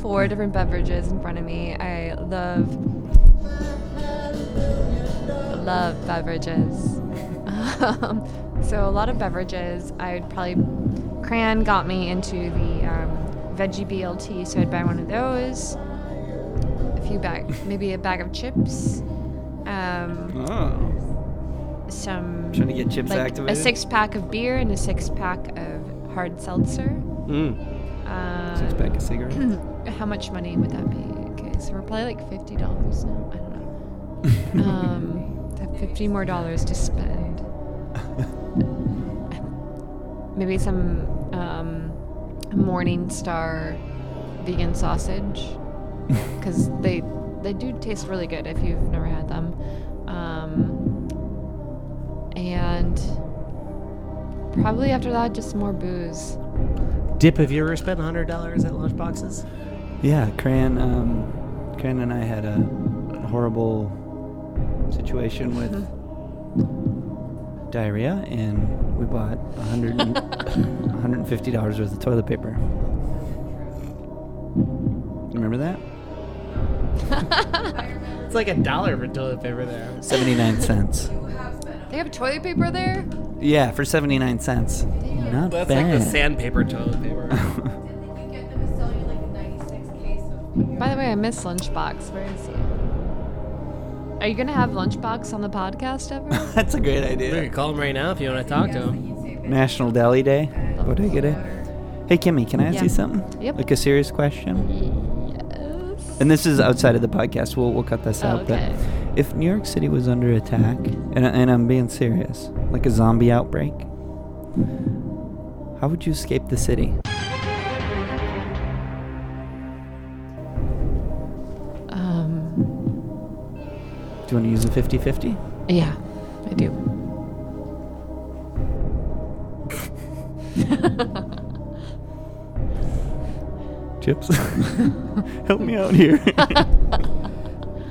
G: four different beverages in front of me. I love love beverages. Um, so a lot of beverages. I'd probably Cran got me into the um, veggie BLT, so I'd buy one of those. A few bag, maybe a bag of chips. Um,
E: Oh.
G: some
E: Trying to get chips
G: like
E: activated?
G: A six pack of beer and a six pack of hard seltzer.
E: Mm.
G: Uh,
E: Six pack of cigarettes.
G: how much money would that be? Okay, so we're probably like fifty dollars now. I don't know. um, I have fifty more dollars to spend. Maybe some um, Morningstar vegan sausage because they they do taste really good if you've never had them. Um, and probably after that, just more booze.
I: Dip, have you ever spent $100 at Lunchboxes?
E: Yeah, Cran, um, Cran and I had a horrible situation with diarrhea, and we bought 100 and, $150 worth of toilet paper. Remember that?
I: It's like a dollar for toilet paper there.
E: 79 cents.
G: They have toilet paper there.
E: Yeah, for 79 cents. Not
I: That's
E: bad.
I: like the sandpaper toilet paper.
G: By the way, I miss Lunchbox. Where is he? Are you gonna have Lunchbox on the podcast ever?
E: That's a great idea.
I: We can call him right now if you want to talk to him.
E: National Deli Day. Bodega Day. Hey, Kimmy, can I ask
G: Yeah.
E: you something?
G: Yep.
E: Like a serious question? And this is outside of the podcast. We'll, we'll cut this out.
G: Okay.
E: But if New York City was under attack, and, I- and I'm being serious, like a zombie outbreak, how would you escape the city?
G: um,
E: Do you want to use a 50 50?
G: yeah, I do.
E: Chips? Help me out here.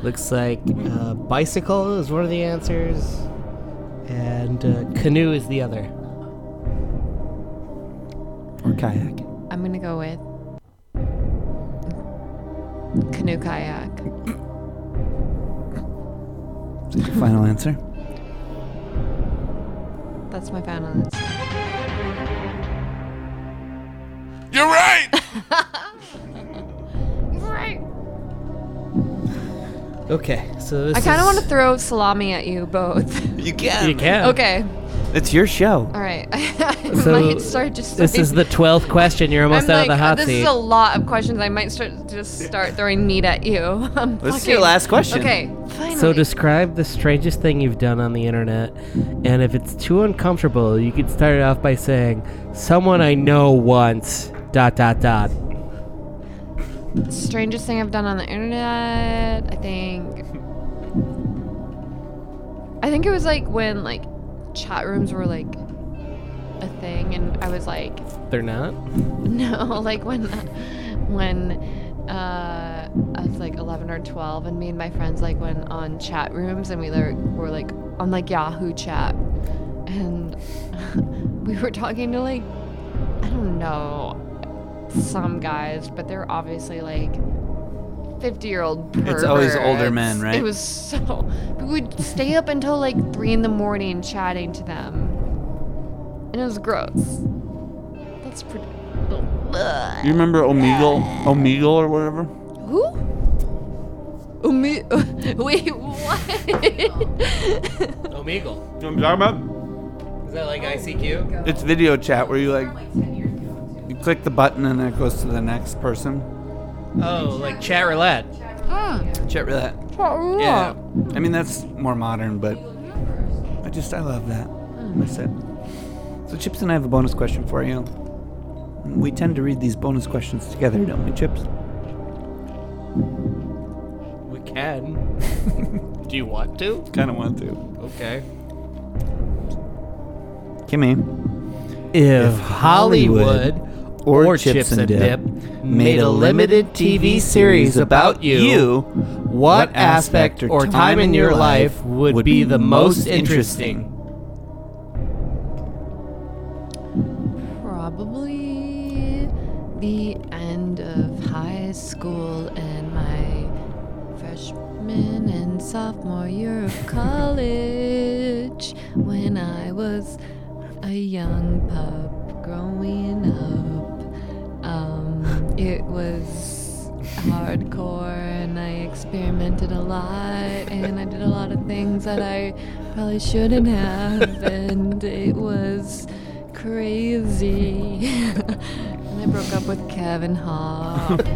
I: Looks like uh, bicycle is one of the answers, and uh, canoe is the other.
E: Or kayak.
G: I'm gonna go with canoe kayak.
E: Is that your final answer?
G: That's my final answer.
K: You're right.
G: right.
I: Okay, so this
G: I kind
I: is-
G: of want to throw salami at you both.
E: You
I: can. You can.
G: Okay.
E: It's your show.
G: All right. I
I: So
G: might start just.
I: this is the twelfth question. You're almost
G: I'm
I: out
G: like,
I: of the hot
G: this
I: seat.
G: is a lot of questions. I might start just start throwing meat at you. I'm
I: This is your
G: fucking-
I: last question.
G: Okay, finally.
I: So describe the strangest thing you've done on the internet, and if it's too uncomfortable, you could start it off by saying, "Someone I know once." Dot dot dot.
G: strangest thing I've done on the internet. I think. I think it was like when like chat rooms were like a thing, and I was like,
I: They're not.
G: No, like when when uh, I was like 11 or 12, and me and my friends like went on chat rooms, and we like, were like on like Yahoo chat, and we were talking to like I don't know some guys, but they're obviously like 50 year old.
E: It's always older men, right?
G: It was so. We would stay up until like three in the morning chatting to them, and it was gross. That's pretty. Ugh.
H: You remember Omegle? Omegle or whatever?
G: Who? Umi- Wait, what?
I: Omegle.
H: You know what I'm talking
I: Oh, Is that like ICQ?
H: about? It's video chat where you like, you click the button and then it goes to the next person.
I: Oh, like chat roulette.
E: Chat roulette.
H: Yeah.
E: I mean, that's more modern, but I just, I love that. I miss it. So, Chips and I have a bonus question for you. We tend to read these bonus questions together, don't we, Chips?
I: We can. Do you want to?
E: Kind of want to.
I: Okay.
E: Kimmy.
I: If Hollywood or, Chips and Dip made a limited TV series about you, what aspect or time in your life would be the most interesting?
F: Probably the end of high school and my freshman and sophomore year of college when I was a young pup growing up. Um, it was hardcore and I experimented a lot and I did a lot of things that I probably shouldn't have and it was crazy. and I broke up with Kevin Hart.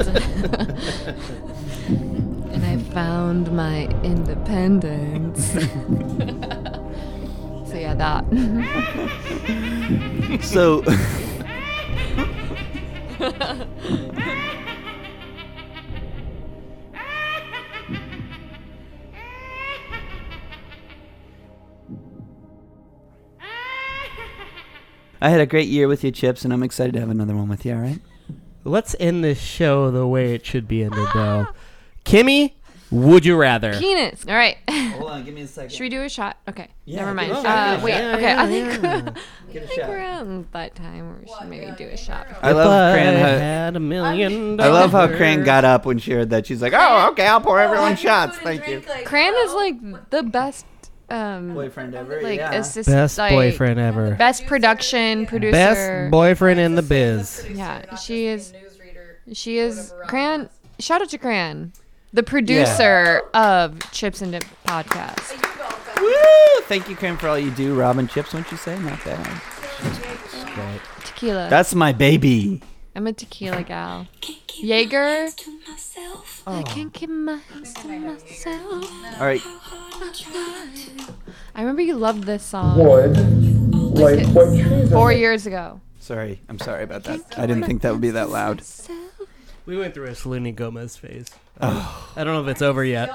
F: and I found my independence. so yeah, that.
E: So- I had a great year with you, Chips, and I'm excited to have another one with you, all right?
I: Let's end this show the way it should be ended, though. Kimmy, would you rather?
G: Penis. All right.
E: Hold on, give me a second.
G: Should we do a shot? Okay.
E: Yeah,
G: Never
E: give
G: mind.
E: it a shot,
G: Uh,
E: give it a
G: wait.
E: shot.
G: okay.
E: Yeah,
G: I think,
E: yeah.
G: I
E: Give it a
G: think
E: shot.
G: we're on that time where we should maybe do a shot.
E: I love Cran.
I: I
E: How,
I: had a million
E: I love how
I: dollars.
E: Cran got up when she heard that. She's like, "Oh, okay, I'll pour everyone shots. Thank you."
G: Cran is like the best um,
E: boyfriend ever.
G: Like
E: yeah.
G: assist,
I: Best
G: like,
I: boyfriend ever.
G: Best production producer.
I: Best boyfriend in the biz.
G: Yeah, she is. She is Cran. Shout out to Cran, the producer of Chips and Dip podcast.
E: Woo! Thank you, Cran, for all you do. Robin Chips, what'd you say? Not bad. Great.
G: Tequila.
E: That's my baby.
G: I'm a tequila gal. Jaeger. I
E: Oh.
G: can't keep my hands to myself.
E: All right.
G: I remember you loved this song.
E: Would,
G: like what Four years ago.
E: Sorry, I'm sorry about that. I didn't think that would be that loud.
I: We went through a Selena Gomez phase. I don't know if it's over yet.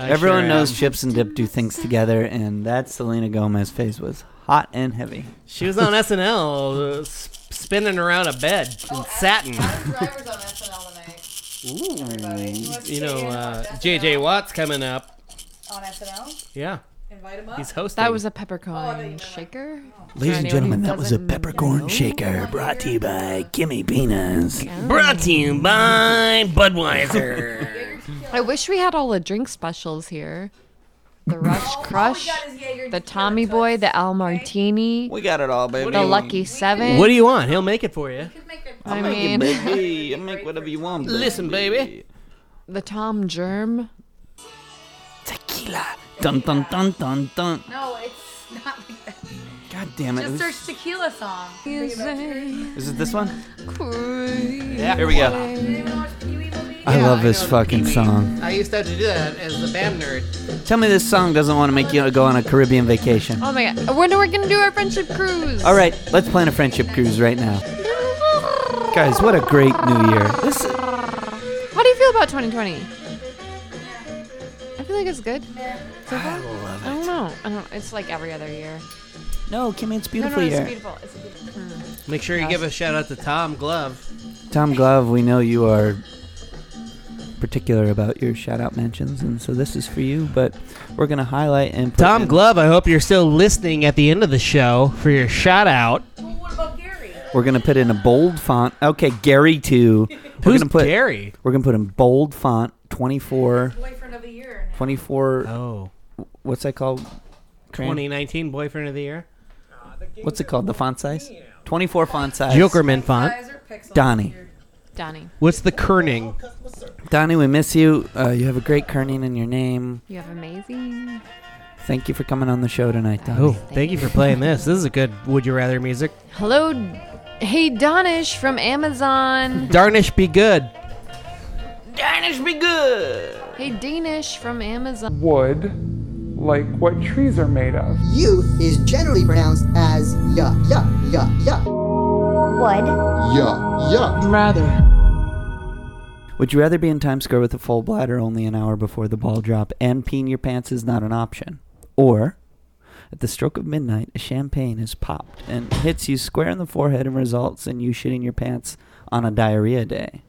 I: I
E: Everyone
I: sure
E: knows
I: am.
E: Chips and Dip do things together, and that Selena Gomez phase was hot and heavy.
I: She was on SNL, uh, s- spinning around a bed in satin. Ooh, you know, uh, JJ Watt's coming up.
F: On SNL?
I: Yeah,
F: Invite him up.
I: he's hosting.
G: That was a peppercorn shaker.
E: Ladies and
G: Anyone
E: gentlemen,
G: who
E: that was a
G: doesn't
E: peppercorn shaker brought to you by Kimmy Peanuts.
I: Brought to you by Budweiser.
G: I wish we had all the drink specials here. The Rush Crush, the Tommy Boy, the Al Martini,
E: We got it all, baby.
G: the Lucky Seven.
I: what do you want? He'll make it for you.
G: I
E: Make it,
G: mean,
E: baby. I'll make whatever you want. baby.
I: Listen, baby.
G: the Tom Germ.
E: Dun dun dun dun dun.
F: No, it's not like that.
E: God damn it.
F: Just
E: Who's-
F: search tequila song.
E: Is it this one?
G: Yeah.
E: Here we go. I love this fucking song.
I: I used to have to do that as the band nerd.
E: Tell me this song doesn't want to make you go on a Caribbean vacation.
G: Oh my god. When are we gonna do our friendship cruise?
E: All right, let's plan a friendship cruise right now. Guys, what a great new year. This
G: How do you feel about 2020? I feel like it's good. So far? I
E: love
G: don't know. I don't. It's like every other year.
E: No, Kimmy, it's beautiful
G: no, no,
E: year.
G: It's beautiful. It's beautiful. Mm.
I: Make sure you give a shout out to Tom Glove.
E: Tom Glove, we know you are particular about your shout out mentions, and so this is for you, but we're going to highlight and put
I: Tom
E: in-
I: Glove, I hope you're still listening at the end of the show for your shout out.
E: We're going to put in a bold font. Okay, Gary, too. We're
I: Who's
E: gonna put,
I: Gary?
E: We're going to put in bold font 24.
F: Boyfriend of the year.
E: 24.
I: Oh.
E: What's that called? Cran?
I: 2019 Boyfriend of the Year.
E: What's it called? The font size? 24 font size.
I: Jokerman font.
E: Donnie.
G: Donnie,
I: What's the kerning?
E: Donnie, we miss you. Uh, you have a great kerning in your name.
G: you have amazing.
E: Thank you for coming on the show tonight, Donnie.
I: Oh, thank you for playing this. This is a good Would You Rather music.
G: Hello, hey Donish from Amazon.
I: Darnish be good.
G: Danish be good. Hey Danish from Amazon.
T: Wood, like what trees are made of.
A: You is generally pronounced as ya, ya, ya, ya. would.
E: Yeah, yeah.
A: Rather.
E: Would you rather be in Times Square with a full bladder only an hour before the ball drop and peeing your pants is not an option? Or, at the stroke of midnight, a champagne is popped and hits you square in the forehead and results in you shitting your pants on a diarrhea day?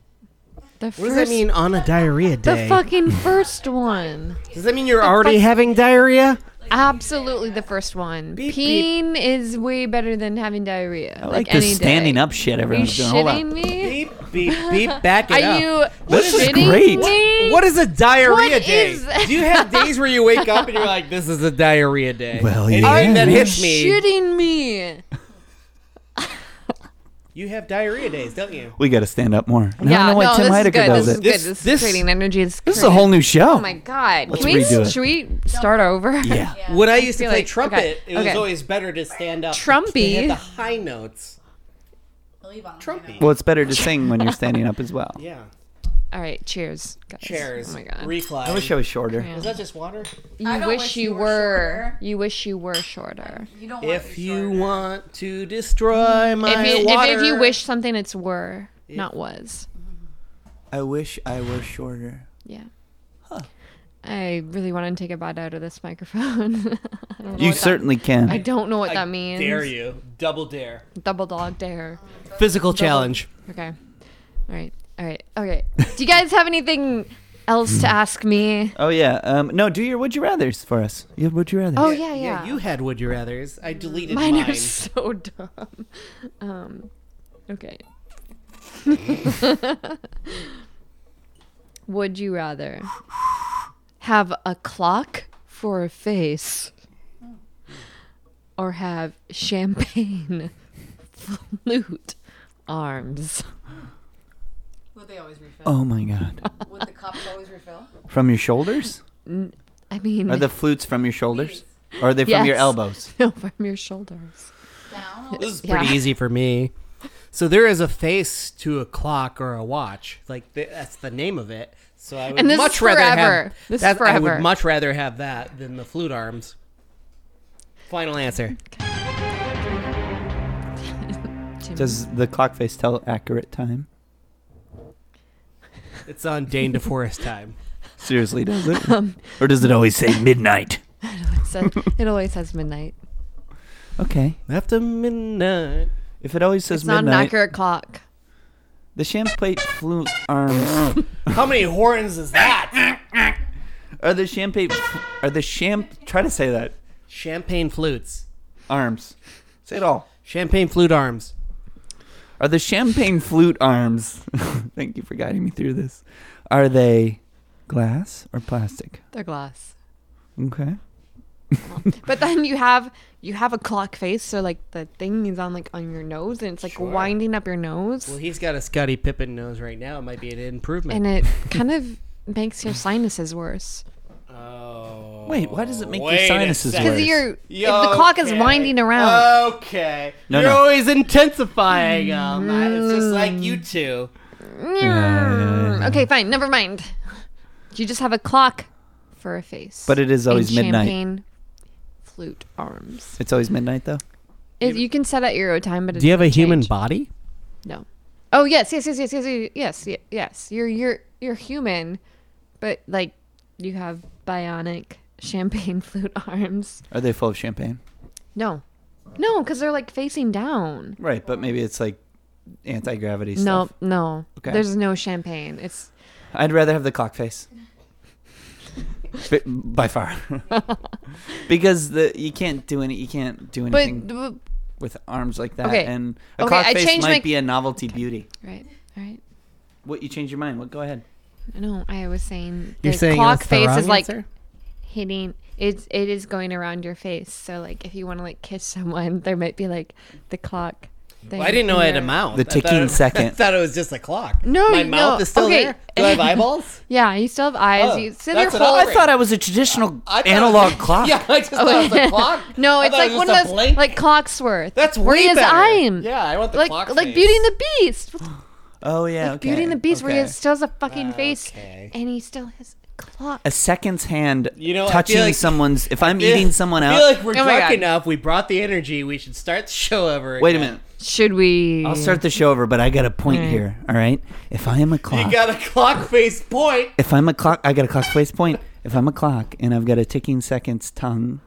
G: The
I: What does that mean on a diarrhea day?
G: The fucking first one.
I: Does that mean you're already having diarrhea?
G: Absolutely, the first one. Peeing is way better than having diarrhea.
E: I
G: like
E: like,
G: any
E: this standing
G: day.
E: up shit
G: Are you
E: everyone's doing. Hold on.
G: shitting me?
I: Beep, beep, beep, back it
G: Are
I: up.
G: you
E: This is
G: shitting
E: great.
G: me?
I: What is a diarrhea
G: What
I: day?
G: is-
I: Do you have days where you wake up and you're like, this is a diarrhea day?
E: Well,
I: Anything
E: yeah.
I: that
E: Are you
I: hits me,
G: Shitting me.
I: you have diarrhea days, don't you?
E: We got to stand up more. I
G: yeah,
E: don't know why
G: no,
E: Tim
G: this is
E: Heidecker
G: good.
E: does
G: this
E: it.
G: is good. This, is creating energy. This,
E: this is a whole new show.
G: Oh my god!
E: Let's
G: Can we,
E: redo it.
G: Should we start over? Yeah.
I: When I used to
G: feel
I: play
G: like-
I: trumpet,
G: okay,
I: it was
G: okay.
I: always better to stand up.
G: Trumpy.
I: They had the high notes. Trumpy.
E: Well, it's better to sing when you're standing up as well.
I: Yeah.
G: All right. Cheers. Guys.
I: Chairs.
G: Oh my god.
I: Recline.
E: I wish I was shorter.
G: Yeah.
I: Is that just water?
G: You wish, you were. you wish you were shorter. You don't
I: If you want to destroy my
G: if you,
I: water,
G: If, if you wish something, it's were, not was.
E: I wish I were shorter.
G: Yeah. I really want to take a bite out of this microphone. I don't know
E: You
G: what that-
E: certainly can.
G: I don't know what
I: I
G: that means.
I: Dare you? Double dare.
G: Double dog dare.
I: Physical challenge.
G: Okay. All right. All right. Okay. Do you guys have anything else to
E: Hmm.
G: ask me?
E: Oh yeah. Um, no, do your would you rather's for us. Your would you rather?
G: Oh yeah, yeah.
I: You had would you rather's. I deleted
G: mine,
I: mine.
G: are so dumb. Um, okay. Would you rather have a clock for a face or have champagne flute arms?
M: Would they always refill?
E: Oh my god.
M: Would the cups always refill?
E: From your shoulders?
G: N- I mean,
E: Are the flutes from your shoulders? Or are they from your
G: Yes.
E: elbows?
G: No, from your shoulders.
I: This is pretty easy for me. So there is a face to a clock or a watch. Like th- that's the name of it. So I would
G: And this
I: much
G: is
I: rather
G: forever.
I: have
G: This is
I: that- I would
G: forever.
I: much rather have that than the flute arms. Final answer.
E: Does the clock face tell accurate time?
I: It's on Dane DeForest time.
E: Seriously, does it?
G: Um,
E: or does it always say midnight?
G: It always says, it always says midnight.
E: Okay.
I: After midnight.
E: If it always says
G: It's not an
E: midnight,
G: accurate clock.
E: the champagne flute arms
I: How many horns is that?
E: are the champagne are the champ. Try to say that
I: Champagne flutes.
E: arms. Say it all.
I: Champagne flute arms.
E: Are the champagne flute arms? Thank you for guiding me through this. Are they glass or plastic?
G: They're glass.
E: Okay.
G: But then you have you have a clock face, so like the thing is on like on your nose, and it's like
I: Sure.
G: winding up your nose,
I: Well, he's got a Scotty Pippen nose right now. It might be an improvement.
G: and it kind of makes your sinuses worse.
E: Wait, why does it make
I: Oh. wait
E: your
I: a
E: sinuses
I: second.
E: worse?
G: 'Cause you're- if the clock is winding
I: Uh,
G: around.
I: Okay.
E: No,
I: You're
E: no.
I: always intensifying them. I- It's just like you two.
G: Mm, Okay, fine, never mind. You just have a clock for a face,
E: But it is
G: and
E: always midnight.
G: Champagne flute arms.
E: It's always midnight though.
G: It, you can set at your own time, but it
I: Do you have a
G: doesn't
I: human
G: change.
I: body?
G: No. Oh yes, yes, yes, yes, yes, yes, yes, ye- yes. You're you're you're human, but like you have bionic champagne flute arms.
E: Are they full of champagne?
G: No, no, because they're like facing down.
E: Right, but maybe it's like anti gravity
G: no,
E: stuff.
G: no.
E: Okay.
G: There's no champagne. It's
E: I'd rather have the clock face. B- by far, because the you can't do any you can't do anything
G: but
E: with arms like that,
G: Okay.
E: and a
G: Okay,
E: clock
G: I
E: face
G: changed
E: might
G: my-
E: be a novelty beauty.
G: right, right.
E: What you change your mind? What? Go ahead.
G: No, I was saying the
I: You're saying
G: clock
I: that's the
G: face
I: wrong
G: is like
I: answer?
G: hitting. It's it is going around your face. So like if you want to like kiss someone, there might be like the clock. Thing
I: Well, I didn't know I had a
G: here.
I: mouth. I
E: The
I: thought
E: ticking
I: it- I
E: second.
I: thought it was just a clock.
G: No,
I: my
G: no,
I: mouth is still
G: okay.
I: there. Do I have eyeballs?
G: Yeah, you still have eyes.
I: Oh,
G: you so
I: that's
G: your
I: what
G: whole.
I: I thought
E: I was a traditional
I: I thought it
E: analog
I: was-
E: clock.
I: Yeah, I just thought it was a clock.
G: no,
I: I
G: it's
I: thought
G: like
I: it was
G: one of
I: just a
G: those
I: blink.
G: like Clocksworth.
I: That's way
G: whereas
I: better.
G: I'm.
I: Yeah, I want the
G: like,
I: clock
G: Like
I: face.
G: Beauty and the Beast. What's-
E: Oh yeah, okay.
G: Beauty and the Beast, where
E: okay.
G: he still has a
I: Ah,
G: fucking face, and he still has a clock.
E: a second's hand
I: You know, I feel
E: touching
I: like-
E: someone's. If I'm
I: Yeah,
E: eating someone
I: I
E: out,
I: feel like we're
G: Oh my
I: drunk
G: God.
I: enough. We brought the energy. We should start the show over.
E: Wait a
I: again.
E: minute.
G: Should we?
E: I'll start the show over, but I got a point
G: Alright.
E: here. All right. If I am a clock,
O: You got a clock face point.
E: if I'm a clock, I got a clock face point. If I'm a clock and I've got a ticking seconds tongue,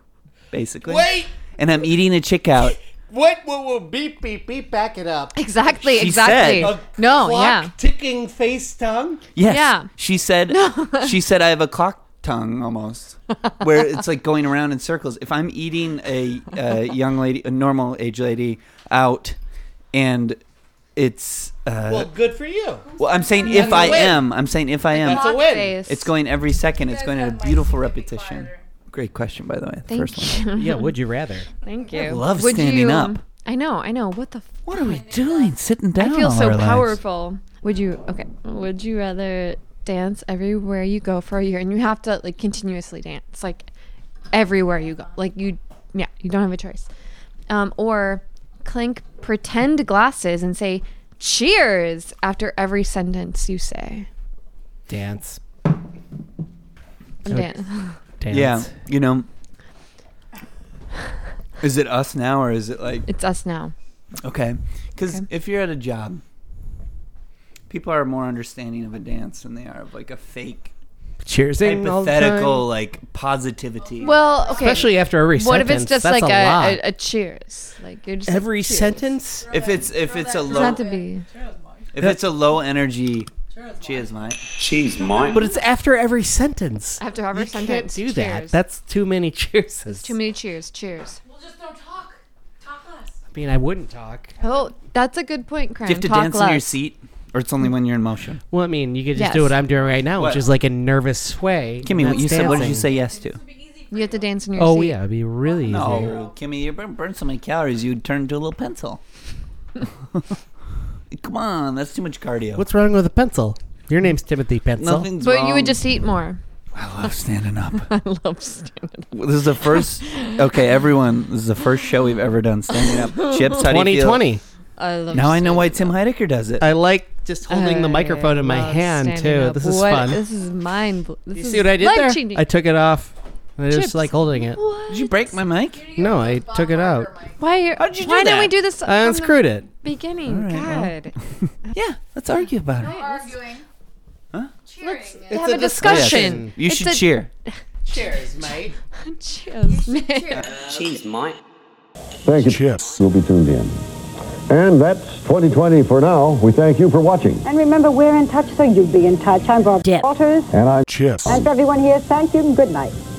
E: basically.
O: Wait!
E: And I'm eating a chick out.
O: What? Whoa, whoa, beep, beep, beep, back it up.
G: Exactly, She exactly. said-
O: A
G: No,
O: clock
G: yeah.
O: ticking face tongue?
E: Yes. She said. she said I have a clock tongue almost, where it's like going around in circles. If I'm eating a, a young lady, a normal age lady out, and it's uh,
O: Well, good for you.
E: Well, I'm saying
O: That's
E: if
O: a
E: I
O: win.
E: am. I'm saying if I am.
O: That's a win.
E: It's going every second. It's going at a beautiful repetition. Great question, by the way. The
G: Thank
E: first
G: you.
E: one.
G: Yeah, would
I: you rather?
G: Thank
E: I
G: you.
E: love
G: Would
E: standing
G: you-
E: up.
G: I know, I know. What the? F-
E: What are we doing? Sitting
G: I
E: down.
G: feel
I: Oh,
E: all
G: so
E: our lives.
G: powerful. Would you? Okay. Would you rather dance everywhere you go for a year, and you have to like continuously dance, like everywhere you go, like you, yeah, you don't have a choice, um, or clink pretend glasses and say cheers after every sentence you say.
I: Dance.
G: And dan-
I: Dance.
E: Yeah. You know. Is it us now, or is it like
G: It's us now.
E: Okay. Because if you're at a job, people are more understanding of a dance than they are of like a fake,
I: Cheersing all the time.
E: hypothetical, like positivity.
G: Well, okay.
I: Especially after every
G: What if it's
I: sentence,
G: just
I: that's
G: like
I: a lot.
G: a, a, a cheers? Like you're just like,
I: Every
G: cheers.
I: sentence?
E: If it's if it's a
G: Doesn't have
E: low
G: to be.
E: if it's a low energy, cheers, mate. Cheese, mine.
I: But it's after every sentence.
G: After every
I: you Can't
G: sentence,
I: do that.
G: cheers.
I: That's too many cheers.
G: It's too many cheers. Cheers.
I: I mean, I wouldn't talk.
G: Oh, that's a good point, Cram.
E: Do you have to
G: Talk
E: dance
G: less.
E: in your seat, or it's only when you're in motion?
I: Well, I mean, you could just
G: Yes.
I: do what I'm doing right now,
E: What?
I: which is like a nervous sway.
E: Kimmy, what you said? What did you say
I: Yeah.
E: yes to?
G: You have to dance in your
I: Oh
G: seat.
I: yeah, it'd be really easy.
E: No, Kimmy, you burn, burn so many calories, you'd turn into a little pencil. Come on, that's too much cardio.
I: What's wrong with a pencil? Your name's Timothy Pencil.
E: Nothing's
G: But you
E: wrong.
G: would just eat more.
E: I love standing up.
G: I love standing up.
E: Well, This is the first. Okay, everyone, this is the first show we've ever done standing up. Chips, how do you feel?
I: 2020.
G: I love
E: Now I know why Tim Heidecker does it.
I: I like just holding the microphone in my
G: love
I: hand
G: standing
I: too.
G: up.
I: This is
G: What-
I: fun.
G: This is mind. bl- This
I: you
G: is
I: see what I did there?
G: life-changing.
I: I took it off. And I
G: Chips.
I: just like holding it.
E: Did you break my mic?
I: No, I took it out.
G: Why? How
E: you do
G: why didn't we
E: that?
G: do this?
I: I
G: from the
I: unscrewed it.
G: Beginning.
E: All right,
G: God.
E: Yeah, let's argue about it.
G: arguing.
E: Huh?
G: Let's
E: It's
G: have
E: a
G: a discussion.
E: discussion. You should cheer.
G: Cheers, mate. Cheers, mate.
Q: Cheese, mate.
A: Thank you. Chips. We'll be tuned in. And that's 2020 for now. We thank you for watching.
C: And remember, we're in touch, so you be in touch. I'm Bob Waters.
A: And I'm Chips.
C: And for everyone here, thank you and good night.